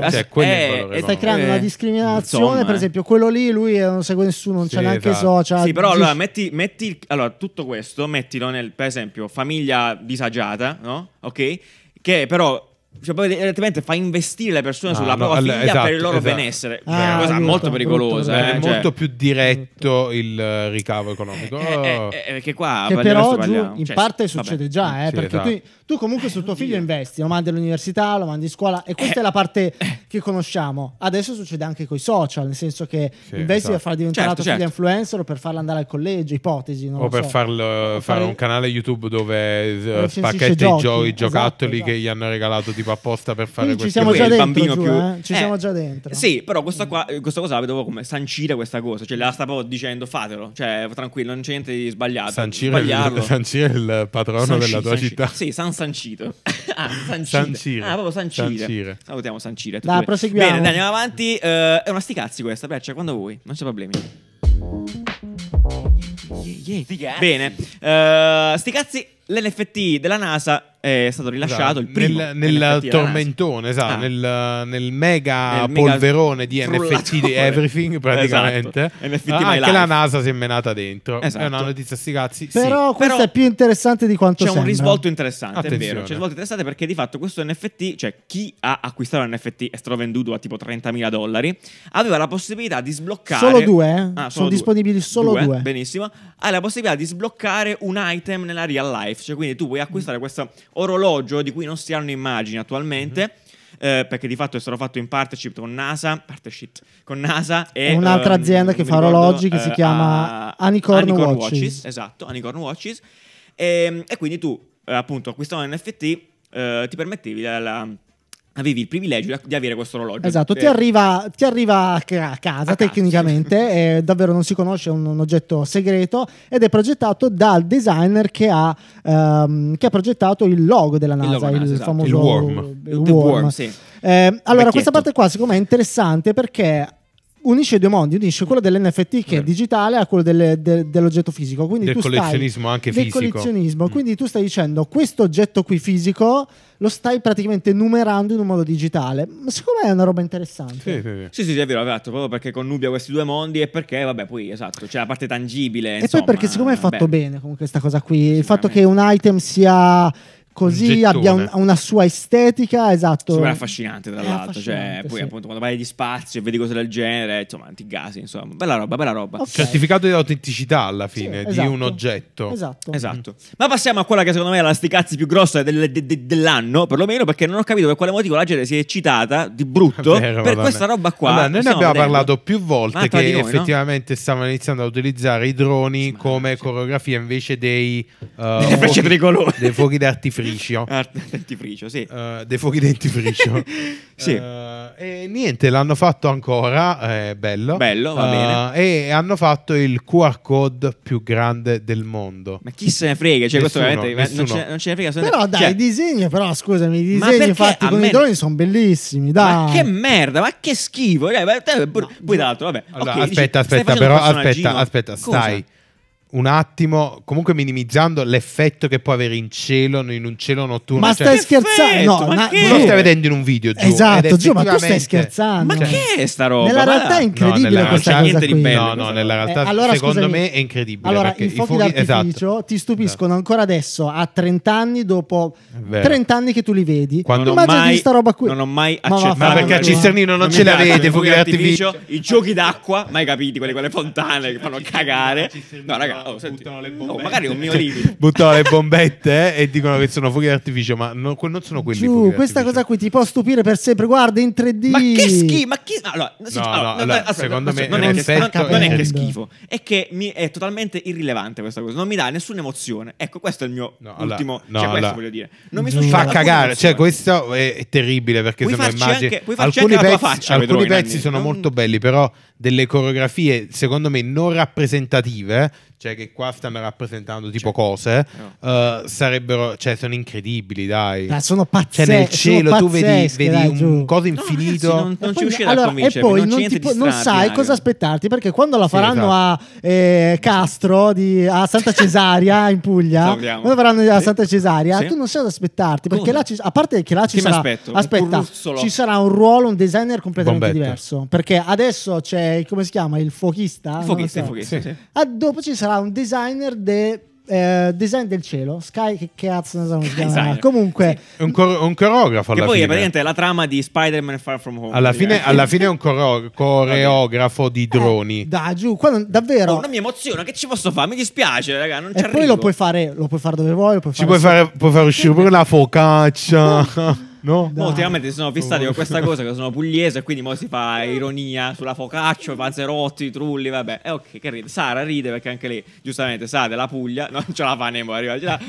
Speaker 1: cioè, quello è il valore
Speaker 2: eh,
Speaker 4: Stai
Speaker 1: No,
Speaker 4: creando
Speaker 2: eh,
Speaker 4: una discriminazione,
Speaker 2: insomma,
Speaker 4: per
Speaker 2: eh.
Speaker 4: esempio, quello lì lui eh, non segue nessuno, non
Speaker 1: Sì,
Speaker 4: c'è neanche i
Speaker 1: esatto.
Speaker 4: social.
Speaker 2: Sì, però
Speaker 4: dici-
Speaker 2: allora metti, metti il- allora, tutto questo, mettilo nel, per esempio, famiglia disagiata, no? Ok? Che però cioè, poi evidentemente fa investire le persone
Speaker 1: Ah,
Speaker 2: sulla
Speaker 1: no,
Speaker 2: propria
Speaker 1: all-
Speaker 2: figlia
Speaker 1: esatto,
Speaker 2: per il loro
Speaker 1: esatto.
Speaker 2: benessere.
Speaker 4: Ah,
Speaker 2: Cioè, è una cosa
Speaker 4: brutto,
Speaker 2: molto
Speaker 4: brutto,
Speaker 2: pericolosa.
Speaker 4: brutto.
Speaker 2: eh,
Speaker 1: è
Speaker 2: cioè-
Speaker 1: molto più diretto il eh, ricavo economico.
Speaker 2: Eh, eh,
Speaker 1: Oh.
Speaker 2: eh, perché qua
Speaker 4: Che
Speaker 2: di
Speaker 4: però
Speaker 2: questo
Speaker 4: giù,
Speaker 2: parliamo.
Speaker 4: in
Speaker 2: Cioè,
Speaker 4: parte
Speaker 2: vabbè.
Speaker 4: succede già, eh,
Speaker 1: Sì,
Speaker 4: perché
Speaker 1: esatto.
Speaker 4: tu, tu comunque sul tuo figlio investi, lo mandi all'università, lo mandi a scuola e questa è la parte che conosciamo. Adesso succede anche con i social, nel senso che
Speaker 1: Sì,
Speaker 4: investi
Speaker 1: esatto.
Speaker 4: per far diventare
Speaker 2: Certo,
Speaker 4: la tua figlia
Speaker 2: certo.
Speaker 4: influencer o per farla andare al collegio, ipotesi. non
Speaker 1: o
Speaker 4: lo
Speaker 1: per
Speaker 4: so.
Speaker 1: farlo,
Speaker 4: O
Speaker 1: fare
Speaker 4: fare-
Speaker 1: un canale YouTube dove eh,
Speaker 4: Recensisce
Speaker 1: spacchetta i,
Speaker 4: giochi,
Speaker 1: gio- i
Speaker 4: esatto,
Speaker 1: giocattoli
Speaker 4: esatto.
Speaker 1: che gli hanno regalato tipo apposta per fare
Speaker 4: Quindi ci
Speaker 1: questo
Speaker 4: siamo
Speaker 2: Qui
Speaker 4: già
Speaker 2: è il
Speaker 4: dentro,
Speaker 2: bambino
Speaker 4: giù,
Speaker 2: più-
Speaker 4: eh? Ci
Speaker 2: Eh,
Speaker 4: siamo già dentro.
Speaker 2: Sì, però questa, qua, questa cosa la vedo proprio come sancire questa cosa. Cioè, la sta proprio dicendo fatelo. Cioè, tranquillo, non c'è niente di sbagliato.
Speaker 1: Sancire,
Speaker 2: Sbagliarlo.
Speaker 1: il, Sancire è il patrono
Speaker 2: San
Speaker 1: della
Speaker 2: Ci-
Speaker 1: tua
Speaker 2: San Ci-
Speaker 1: città.
Speaker 2: Sì, San Sancito. ah, Sancire.
Speaker 1: Sancire.
Speaker 2: Ah, proprio Sancire.
Speaker 1: Sancire.
Speaker 2: Salutiamo Sancire.
Speaker 4: Dai,
Speaker 2: Tutti-
Speaker 4: proseguiamo.
Speaker 2: Bene, dai, andiamo avanti. Eh, è una sticazzi questa, piaccia quando vuoi, non c'è problemi. Bene, eh, sticazzi, l'NFT della NASA è stato rilasciato il primo.
Speaker 1: Esatto. nel, nel
Speaker 2: NFT della
Speaker 1: tormentone,
Speaker 2: NASA.
Speaker 1: esatto,
Speaker 2: Ah.
Speaker 1: nel, nel mega
Speaker 2: Nel mega
Speaker 1: polverone di NFT di
Speaker 2: frullatore.
Speaker 1: everything praticamente.
Speaker 2: Esatto. NFT
Speaker 1: Ah,
Speaker 2: My
Speaker 1: anche
Speaker 2: Life.
Speaker 1: la NASA si è menata dentro.
Speaker 2: Esatto.
Speaker 1: È una notizia sti cazzi. Sì.
Speaker 4: Però questa
Speaker 2: però
Speaker 4: è più interessante di quanto
Speaker 2: C'è un
Speaker 4: sembra.
Speaker 2: risvolto interessante, è
Speaker 1: Attenzione.
Speaker 2: vero. C'è un risvolto interessante perché di fatto questo NFT, cioè chi ha acquistato un NFT e stato venduto a tipo 30.000 dollari, aveva la possibilità di sbloccare...
Speaker 4: Solo due, eh?
Speaker 2: Ah,
Speaker 4: Sono
Speaker 2: solo
Speaker 4: disponibili solo due.
Speaker 2: Benissimo. Ha la possibilità di sbloccare un item nella real life, cioè quindi tu puoi
Speaker 4: Mm.
Speaker 2: acquistare questo orologio di cui non si hanno immagini attualmente.
Speaker 4: Mm-hmm.
Speaker 2: eh, perché di fatto è stato fatto in partnership con NASA, partnership con NASA e
Speaker 4: È un'altra
Speaker 2: ehm,
Speaker 4: azienda che
Speaker 2: mi
Speaker 4: fa
Speaker 2: ricordo, eh,
Speaker 4: orologi che si chiama
Speaker 2: a-
Speaker 4: Unicorn Watches.
Speaker 2: Esatto, Unicorn Watches. E, e quindi tu, eh, appunto, acquistando un NFT, eh, ti permettevi la- la- Avevi il privilegio di- di avere questo orologio.
Speaker 4: Esatto, ti
Speaker 2: Eh,
Speaker 4: arriva, ti arriva a ca-
Speaker 2: A
Speaker 4: a casa
Speaker 2: casa.
Speaker 4: tecnicamente, eh, davvero non si conosce, è un, un oggetto segreto ed è progettato dal designer che ha, ehm, che ha progettato il logo della NASA,
Speaker 2: logo
Speaker 4: il,
Speaker 2: NASA, esatto.
Speaker 4: famoso
Speaker 1: Il worm.
Speaker 4: il
Speaker 2: The
Speaker 4: worm.
Speaker 2: Worm, sì.
Speaker 4: Eh, allora,
Speaker 2: Vecchietto.
Speaker 4: questa parte qua secondo me è interessante perché unisce i due mondi, unisce quello dell'NFT che è
Speaker 2: Vero.
Speaker 4: digitale a quello delle- de- dell'oggetto fisico. Quindi
Speaker 1: Del
Speaker 4: tu stai-
Speaker 1: collezionismo anche
Speaker 4: del
Speaker 1: fisico. Mm.
Speaker 4: collezionismo. Quindi tu stai dicendo questo oggetto qui fisico lo stai praticamente numerando in un modo digitale. Ma Secondo me è una roba interessante.
Speaker 1: Sì, sì, sì.
Speaker 2: Sì, sì, sì, è vero, esatto, proprio perché connubia questi due mondi e perché, vabbè, poi, esatto, c'è la parte tangibile,
Speaker 4: E
Speaker 2: insomma,
Speaker 4: poi perché secondo me è fatto
Speaker 2: beh.
Speaker 4: bene comunque questa cosa qui, il fatto
Speaker 2: Sicuramente.
Speaker 4: che un item sia
Speaker 1: Un
Speaker 4: così,
Speaker 1: gettone.
Speaker 4: abbia un- una sua estetica, esatto.
Speaker 2: Super affascinante, tra
Speaker 4: È
Speaker 2: l'altro. Cioè,
Speaker 4: affascinante,
Speaker 2: poi,
Speaker 4: sì.
Speaker 2: appunto, quando parli di spazio e vedi cose del genere, insomma, ti gasi, insomma. Bella roba, bella roba.
Speaker 4: Ok.
Speaker 1: Certificato di autenticità alla
Speaker 4: Sì,
Speaker 1: fine di
Speaker 4: esatto.
Speaker 1: un oggetto.
Speaker 4: Esatto.
Speaker 2: Esatto. Ma passiamo a quella che secondo me è la sticazzi più grossa del- de- de- dell'anno, perlomeno perché non ho capito per quale motivo la gente si è eccitata di brutto
Speaker 1: Vero,
Speaker 2: per
Speaker 1: madonna.
Speaker 2: questa roba qua.
Speaker 1: Allora, noi ne
Speaker 2: Stiamo
Speaker 1: abbiamo
Speaker 2: vedendo.
Speaker 1: parlato più volte
Speaker 2: Ah, tra di
Speaker 1: che
Speaker 2: noi, no?
Speaker 1: effettivamente stavano iniziando a utilizzare i droni
Speaker 2: Sì,
Speaker 1: come
Speaker 2: sì.
Speaker 1: coreografia invece dei eh,
Speaker 2: Delle frecce
Speaker 1: fuochi-
Speaker 2: tricolori.
Speaker 1: dei fuochi d'artificio.
Speaker 2: Ah, dentifricio, sì.
Speaker 1: eh, dei fuochi dentifricio.
Speaker 2: Sì.
Speaker 1: Eh, e niente, l'hanno fatto ancora, è bello.
Speaker 2: Bello, va bene.
Speaker 1: bene. E hanno fatto il QR code più grande del mondo.
Speaker 2: Ma chi se ne frega? Cioè, questo
Speaker 1: Nessuno,
Speaker 2: veramente non
Speaker 1: nessuno.
Speaker 2: ce, non ce ne frega. se ne-
Speaker 4: Però dai,
Speaker 2: cioè,
Speaker 4: i disegni, però scusami, i
Speaker 2: Ma
Speaker 4: disegni
Speaker 2: perché
Speaker 4: fatti
Speaker 2: a
Speaker 4: con
Speaker 2: me-
Speaker 4: i droni sono bellissimi, dai.
Speaker 2: Ma che merda, ma che schifo. Cioè, ma te- pur- poi, tra l'altro, vabbè.
Speaker 1: Allora,
Speaker 2: ok, dici,
Speaker 1: aspetta,
Speaker 2: stai
Speaker 1: aspetta,
Speaker 2: facendo
Speaker 1: però
Speaker 2: un personaggino.
Speaker 1: aspetta, aspetta,
Speaker 2: Cosa?
Speaker 1: stai un attimo, comunque minimizzando l'effetto che può avere in cielo, in un cielo notturno.
Speaker 4: ma
Speaker 1: cioè-
Speaker 4: stai
Speaker 2: Che
Speaker 4: scherzando?
Speaker 2: effetto,
Speaker 4: No,
Speaker 2: ma
Speaker 4: ma
Speaker 2: che-
Speaker 1: Tu lo stai vedendo in un video, Gio, ed
Speaker 4: Esatto, Gio, ma tu stai
Speaker 1: effettivamente-
Speaker 4: scherzando.
Speaker 2: Ma che è sta roba?
Speaker 4: Nella
Speaker 2: Ma-
Speaker 4: realtà è
Speaker 1: No,
Speaker 4: incredibile
Speaker 1: nella
Speaker 4: questa
Speaker 1: realtà-
Speaker 4: cosa
Speaker 2: niente di
Speaker 4: qui.
Speaker 2: bello.
Speaker 1: No, no, nella realtà
Speaker 4: Eh, allora,
Speaker 1: secondo
Speaker 4: scusami,
Speaker 1: me è incredibile.
Speaker 4: Allora,
Speaker 1: perché
Speaker 4: i fuochi, d'artificio
Speaker 1: esatto.
Speaker 4: ti stupiscono ancora adesso a 30 anni dopo
Speaker 1: È vero.
Speaker 4: 30 anni che tu li vedi.
Speaker 1: Quando
Speaker 2: Non ho
Speaker 4: Immaginati
Speaker 2: mai-
Speaker 4: sta roba qui.
Speaker 2: Non ho mai
Speaker 4: Ma
Speaker 2: accettato.
Speaker 1: Ma perché a
Speaker 4: vaffanculo.
Speaker 1: Cisternino non
Speaker 2: mi
Speaker 1: ce
Speaker 2: piacciono
Speaker 1: l'avete,
Speaker 2: i
Speaker 1: fuochi d'artificio?
Speaker 2: I giochi d'acqua, mai capiti, quelli con le fontane che fanno cagare. No, raga, oh, senti,
Speaker 1: Buttano le Cioè,
Speaker 2: oh,
Speaker 1: bombette.
Speaker 2: magari è un mio limite.
Speaker 1: Buttano le bombette eh, e dicono che sono fuochi d'artificio, ma no- que- non sono quelli.
Speaker 4: Giù,
Speaker 1: fuochi
Speaker 4: questa
Speaker 1: d'artificio.
Speaker 4: cosa qui ti può stupire per sempre. Guarda in 3D.
Speaker 2: Ma che schifo, ma chi... Allora, sì,
Speaker 1: No, no,
Speaker 2: allora, no,
Speaker 1: allora,
Speaker 2: aspetta,
Speaker 1: secondo me
Speaker 2: non, è che,
Speaker 1: l'effetto
Speaker 2: non- non è
Speaker 4: è-
Speaker 2: che schifo, è che mi è totalmente irrilevante questa cosa, non mi dà nessuna emozione. Ecco, questo è il mio
Speaker 1: No, allora,
Speaker 2: ultimo,
Speaker 1: no,
Speaker 2: cioè questo
Speaker 1: allora.
Speaker 2: voglio dire. Non mi
Speaker 4: Fa
Speaker 2: suscita
Speaker 1: Fa
Speaker 2: alcuna
Speaker 1: cagare,
Speaker 2: emozione.
Speaker 1: cioè questo è, è terribile perché
Speaker 2: Puoi
Speaker 1: se no
Speaker 2: farci
Speaker 1: immagini
Speaker 2: anche- puoi farci
Speaker 1: alcuni
Speaker 2: anche la
Speaker 1: pezzi,
Speaker 2: tua faccia,
Speaker 1: alcuni
Speaker 2: vedrò,
Speaker 1: pezzi
Speaker 2: Nanni.
Speaker 1: sono
Speaker 2: Non-
Speaker 1: molto belli, però delle coreografie secondo me non rappresentative, cioè che qua stanno rappresentando
Speaker 2: Cioè,
Speaker 1: tipo cose, eh, sarebbero, cioè sono incredibili, dai.
Speaker 4: Ma Ah, sono
Speaker 1: Cioè
Speaker 4: pazzesche.
Speaker 1: nel cielo tu
Speaker 4: sono
Speaker 1: vedi,
Speaker 4: pazzesche,
Speaker 1: vedi
Speaker 4: dai,
Speaker 1: un
Speaker 4: giù.
Speaker 1: coso
Speaker 2: No, ragazzi,
Speaker 1: infinito.
Speaker 2: non, non
Speaker 4: E
Speaker 2: ci
Speaker 4: poi-
Speaker 2: riuscire a
Speaker 4: allora,
Speaker 2: convincermi,
Speaker 4: E poi
Speaker 2: non, c'è
Speaker 4: non,
Speaker 2: niente
Speaker 4: ti
Speaker 2: di
Speaker 4: pu- non sai
Speaker 2: straordinario.
Speaker 4: cosa aspettarti perché quando la
Speaker 1: Sì,
Speaker 4: faranno
Speaker 1: esatto.
Speaker 4: a eh, Castro di- a Santa Cesaria in Puglia,
Speaker 2: Salutiamo.
Speaker 4: quando faranno a
Speaker 2: Sì.
Speaker 4: Santa Cesaria,
Speaker 2: Sì.
Speaker 4: tu non sai cosa aspettarti perché
Speaker 2: Come?
Speaker 4: là ci- a parte che là
Speaker 2: Che
Speaker 4: ci
Speaker 2: mi
Speaker 4: sarà
Speaker 2: aspetto? Un
Speaker 4: aspetta,
Speaker 2: curruzzolo.
Speaker 4: ci sarà un ruolo, un designer completamente
Speaker 1: Bombetto.
Speaker 4: diverso perché adesso c'è come si chiama il fuochista,
Speaker 2: Il
Speaker 4: Ah, Non
Speaker 2: fuochista,
Speaker 4: lo
Speaker 2: il
Speaker 4: so.
Speaker 2: fuochista, sì.
Speaker 4: Ah, dopo ci sarà un designer de- eh, design del cielo, Sky che cazzo non so come si chiama.
Speaker 2: Designer.
Speaker 4: Comunque
Speaker 1: un, cor- un coreografo
Speaker 2: Che
Speaker 1: alla
Speaker 2: poi è
Speaker 1: fine.
Speaker 2: praticamente la trama di Spider-Man Far From Home.
Speaker 1: alla, fine,
Speaker 2: praticamente.
Speaker 1: alla fine è un coro- coreografo di
Speaker 4: eh,
Speaker 1: droni.
Speaker 4: dai, giù, qua non- davvero
Speaker 2: Oh, non mi emoziona, che ci posso fare? Mi dispiace, raga, non ci
Speaker 4: E
Speaker 2: arrivo.
Speaker 4: poi lo puoi fare, lo puoi fare dove vuoi, lo puoi
Speaker 1: Ci puoi
Speaker 4: fare
Speaker 1: fare, puoi far uscire pure la focaccia, no?
Speaker 2: Mo, ultimamente si sono fissati con questa cosa che sono pugliese, quindi mo si fa
Speaker 1: Eh.
Speaker 2: ironia sulla Focaccio, Panzerotti, Trulli, vabbè. E ok, che ride. Sara ride perché anche lei, giustamente, sa della Puglia, non ce la fa Nemo arriva. ce la-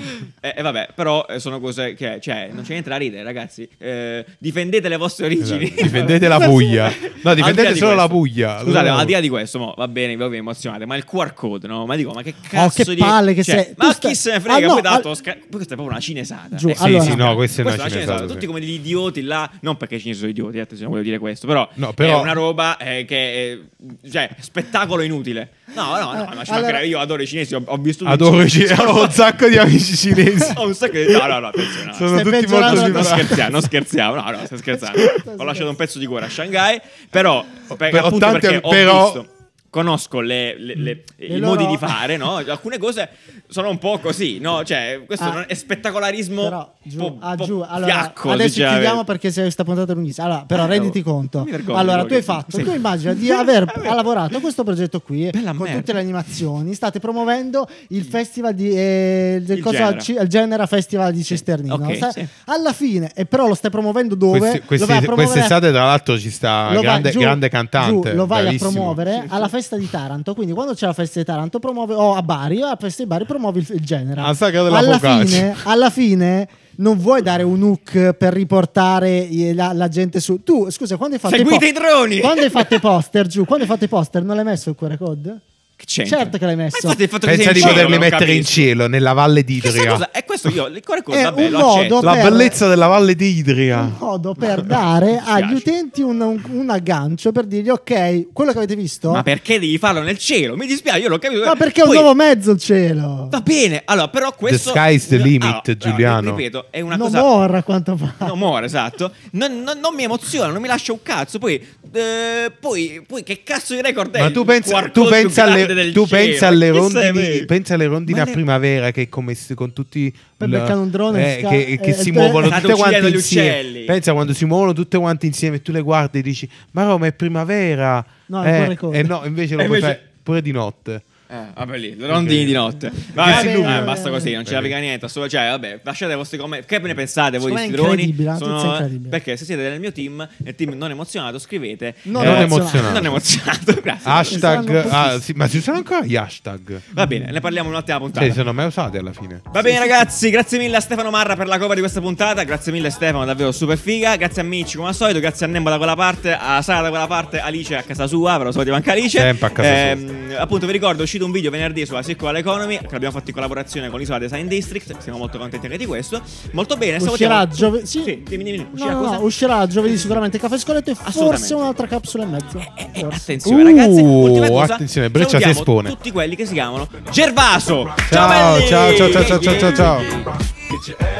Speaker 2: E, e vabbè, però eh, sono cose che, cioè, non c'è niente da ridere, ragazzi. Eh, difendete le vostre
Speaker 1: Esatto.
Speaker 2: origini.
Speaker 1: Difendete la Puglia. No,
Speaker 2: Al di là
Speaker 1: difendete
Speaker 2: di
Speaker 1: solo
Speaker 2: questo.
Speaker 1: la Puglia.
Speaker 2: Scusate,
Speaker 1: Allora-
Speaker 2: ma al di là di questo, mo, va bene, voi vi emozionate, ma il QR code, no? Ma dico, ma che
Speaker 4: Oh,
Speaker 2: cazzo
Speaker 4: che
Speaker 2: di...
Speaker 4: palle che
Speaker 2: cioè,
Speaker 4: sei.
Speaker 2: Ma
Speaker 4: Tu
Speaker 2: chi
Speaker 4: stai-
Speaker 2: se ne
Speaker 4: Ah,
Speaker 2: frega,
Speaker 4: no,
Speaker 2: poi dato...
Speaker 4: al-
Speaker 2: sca- poi Questa è proprio una cinesata.
Speaker 4: Giù,
Speaker 2: Eh,
Speaker 1: Sì,
Speaker 4: Allora-
Speaker 1: sì, no, questa è una cinesata.
Speaker 2: Tutti
Speaker 1: sì.
Speaker 2: come degli idioti là. Non perché i cinesi sono idioti, eh, attenzione, voglio dire questo. Però,
Speaker 1: No, però-
Speaker 2: è una roba eh, che è. Cioè, spettacolo inutile. No, no, no, ma ci
Speaker 4: Eh, Allora-
Speaker 2: mancherebbe, io adoro i cinesi, ho, ho vissuto. in
Speaker 1: Adoro i
Speaker 2: Cina.
Speaker 1: cinesi, ho un sacco di amici cinesi.
Speaker 2: Ho un sacco di. No, no, no, attenzione. no,
Speaker 1: Sono
Speaker 4: Stai
Speaker 1: tutti
Speaker 4: peggiorando
Speaker 1: molto
Speaker 4: la
Speaker 2: No,
Speaker 4: tua-
Speaker 2: non
Speaker 1: simpatici.
Speaker 2: scherziamo, non scherziamo, no, no, sto scherzando.
Speaker 4: Certo,
Speaker 2: Ho lasciato un pezzo di cuore a Shanghai, però, per,
Speaker 1: Però
Speaker 2: appunto
Speaker 1: tante-
Speaker 2: perché ho
Speaker 1: però-
Speaker 2: visto- conosco le- le- le- i
Speaker 4: loro-
Speaker 2: modi di fare, no? Alcune cose sono un po' così, no? Cioè, questo
Speaker 4: Ah,
Speaker 2: non è spettacolarismo
Speaker 4: Però, giù,
Speaker 2: po-
Speaker 4: ah,
Speaker 2: po-
Speaker 4: giù. Allora,
Speaker 2: fiacco,
Speaker 4: adesso
Speaker 2: diciamo.
Speaker 4: chiudiamo perché se sta puntata è lunghissima. Allora, però
Speaker 2: Eh,
Speaker 4: renditi
Speaker 2: bravo.
Speaker 4: conto.
Speaker 2: Mi vergogno
Speaker 4: Allora,
Speaker 2: di
Speaker 4: tu hai
Speaker 2: quello
Speaker 4: fatto,
Speaker 2: che-
Speaker 4: tu
Speaker 2: Sì.
Speaker 4: immagina di aver ha lavorato a questo progetto qui
Speaker 2: Bella
Speaker 4: con
Speaker 2: merda.
Speaker 4: tutte le animazioni, state promuovendo il festival di eh, del
Speaker 2: Il
Speaker 4: cosa-
Speaker 2: Genera.
Speaker 4: ci- il Genera Festival di Cisternino.
Speaker 2: ok,
Speaker 4: Sta-
Speaker 2: sì.
Speaker 4: Alla fine, e però lo stai promuovendo dove?
Speaker 1: Questi-
Speaker 4: Lo
Speaker 1: questi-
Speaker 4: vai a promuovere-
Speaker 1: Quest'estate, tra l'altro, ci sta
Speaker 4: lo vai-
Speaker 1: Ah, grande,
Speaker 4: giù,
Speaker 1: grande cantante.
Speaker 4: giù, lo vai
Speaker 1: bravissimo.
Speaker 4: a promuovere alla festa di Taranto. Quindi, quando c'è la festa di Taranto, promuove o a Bari, o alla festa di Bari, promuovi il, il genere.
Speaker 1: Al Sacro Ah, della
Speaker 4: alla,
Speaker 1: Focaccia.
Speaker 4: fine, alla fine, non vuoi dare un hook per riportare i- la, la gente su. Tu, scusa, quando hai fatto
Speaker 2: Seguite
Speaker 4: i
Speaker 2: i droni!
Speaker 4: Quando hai fatto i poster giù, quando hai fatto i poster, non l'hai messo il QR code?
Speaker 2: Che c'entra?
Speaker 4: Certo che l'hai
Speaker 2: Ma
Speaker 4: messo.
Speaker 2: infatti il fatto che
Speaker 1: Pensa
Speaker 2: sei
Speaker 1: di
Speaker 2: in
Speaker 1: poterli
Speaker 2: cielo, non
Speaker 1: mettere in
Speaker 2: capisco.
Speaker 1: cielo nella Valle
Speaker 2: Questa
Speaker 1: d'Idria.
Speaker 2: cosa, è questo io, il core
Speaker 4: È
Speaker 2: vabbè,
Speaker 4: Eh, un
Speaker 2: lo
Speaker 4: modo
Speaker 2: accetto.
Speaker 1: La
Speaker 4: per-
Speaker 1: bellezza della Valle d'Idria.
Speaker 4: un modo per dare agli
Speaker 2: piace.
Speaker 4: utenti un, un- un aggancio per dirgli ok quello che avete visto
Speaker 2: Ma perché devi farlo nel cielo? Mi dispiace, io l'ho capito.
Speaker 4: ma perché è un
Speaker 2: Poi-
Speaker 4: nuovo mezzo il cielo
Speaker 2: Va bene, allora, però questo...
Speaker 1: sky is the limit, Giuliano.
Speaker 2: ripeto, è una
Speaker 4: no
Speaker 2: cosa...
Speaker 4: more a quanto pare
Speaker 2: No more, esatto. Non, non- non mi emoziona, non mi lascia un cazzo. Poi, eh, poi, poi che cazzo di record è?
Speaker 1: Ma
Speaker 2: il
Speaker 1: tu pensa,
Speaker 2: QR
Speaker 1: tu
Speaker 2: code
Speaker 1: pensa
Speaker 2: più grande
Speaker 1: alle,
Speaker 2: del
Speaker 1: tu
Speaker 2: cielo?
Speaker 1: pensa alle
Speaker 2: Chi se ne
Speaker 1: rondini,
Speaker 2: frega?
Speaker 1: pensa alle rondini
Speaker 2: Ma
Speaker 1: a
Speaker 2: le-
Speaker 1: primavera che come se- con tutti
Speaker 4: Per
Speaker 1: l-
Speaker 4: beccare un drone
Speaker 1: eh,
Speaker 4: sca-
Speaker 1: che, che
Speaker 4: eh,
Speaker 1: si
Speaker 4: eh,
Speaker 1: muovono
Speaker 2: state
Speaker 1: tutte quante
Speaker 2: uccidendo gli
Speaker 1: insieme.
Speaker 2: uccelli.
Speaker 1: Pensa quando si muovono tutte quante insieme e tu le guardi e dici "Ma Roma è primavera".
Speaker 4: No, è ancora
Speaker 1: eh,
Speaker 4: ricordo.
Speaker 1: eh no, invece lo
Speaker 2: E
Speaker 1: puoi
Speaker 2: invece-
Speaker 1: fare pure di notte.
Speaker 2: Eh, vabbè lì, le rondini di notte. Vabbè,
Speaker 1: si
Speaker 2: eh,
Speaker 1: illuminano.
Speaker 2: basta così, non ce la
Speaker 1: Vabbè.
Speaker 2: frega niente. Solo, cioè, vabbè, lasciate i vostri commenti. Che ne pensate voi di sti
Speaker 4: Secondo me è
Speaker 2: droni?
Speaker 4: incredibile, la notizia è incredibile.
Speaker 2: Perché se siete nel mio team, nel team non emozionato, scrivete.
Speaker 4: Non
Speaker 1: Eh, non
Speaker 4: emozionato.
Speaker 1: emozionato.
Speaker 2: Non emozionato, grazie.
Speaker 1: Hashtag,
Speaker 4: Saranno
Speaker 1: ah, sì, ma ci sono ancora gli hashtag?
Speaker 2: Va bene, ne parliamo in un'altra puntata.
Speaker 1: Cioè, sono mai usati alla fine.
Speaker 2: Va bene ragazzi, grazie mille a Stefano Marra per la cover di questa puntata, grazie mille Stefano, davvero super figa, grazie a Micci come al solito, grazie a Nembo da quella parte, a Sara da quella parte, Alice a casa sua, però lo sapete anche Alice.
Speaker 1: Sempre a casa sua.
Speaker 2: Appunto vi ricordo, ci uscito un video venerdì sulla Circular Economy che abbiamo fatto in collaborazione con l'Isola Design District. Siamo molto contenti anche di questo. Molto bene.
Speaker 4: Uscirà,
Speaker 2: salutiamo-
Speaker 4: giove- sì.
Speaker 2: sì, dimmi, dimmi, dimmi.
Speaker 4: No,
Speaker 2: Uscirà
Speaker 4: no,
Speaker 2: cosa?
Speaker 4: no, uscirà giovedì sicuramente Caffè Scoletto e
Speaker 2: Assolutamente.
Speaker 4: forse un'altra capsula e mezzo.
Speaker 2: Eh, eh,
Speaker 4: Forse.
Speaker 2: attenzione,
Speaker 1: Uh,
Speaker 2: ragazzi. Ultima cosa,
Speaker 1: attenzione, Breccia si
Speaker 2: salutiamo
Speaker 1: espone.
Speaker 2: Tutti quelli che si chiamano Gervaso.
Speaker 1: Ciao,
Speaker 2: belli!
Speaker 1: ciao, ciao, ciao, ciao, ciao, ciao.
Speaker 3: Get your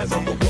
Speaker 3: ass on the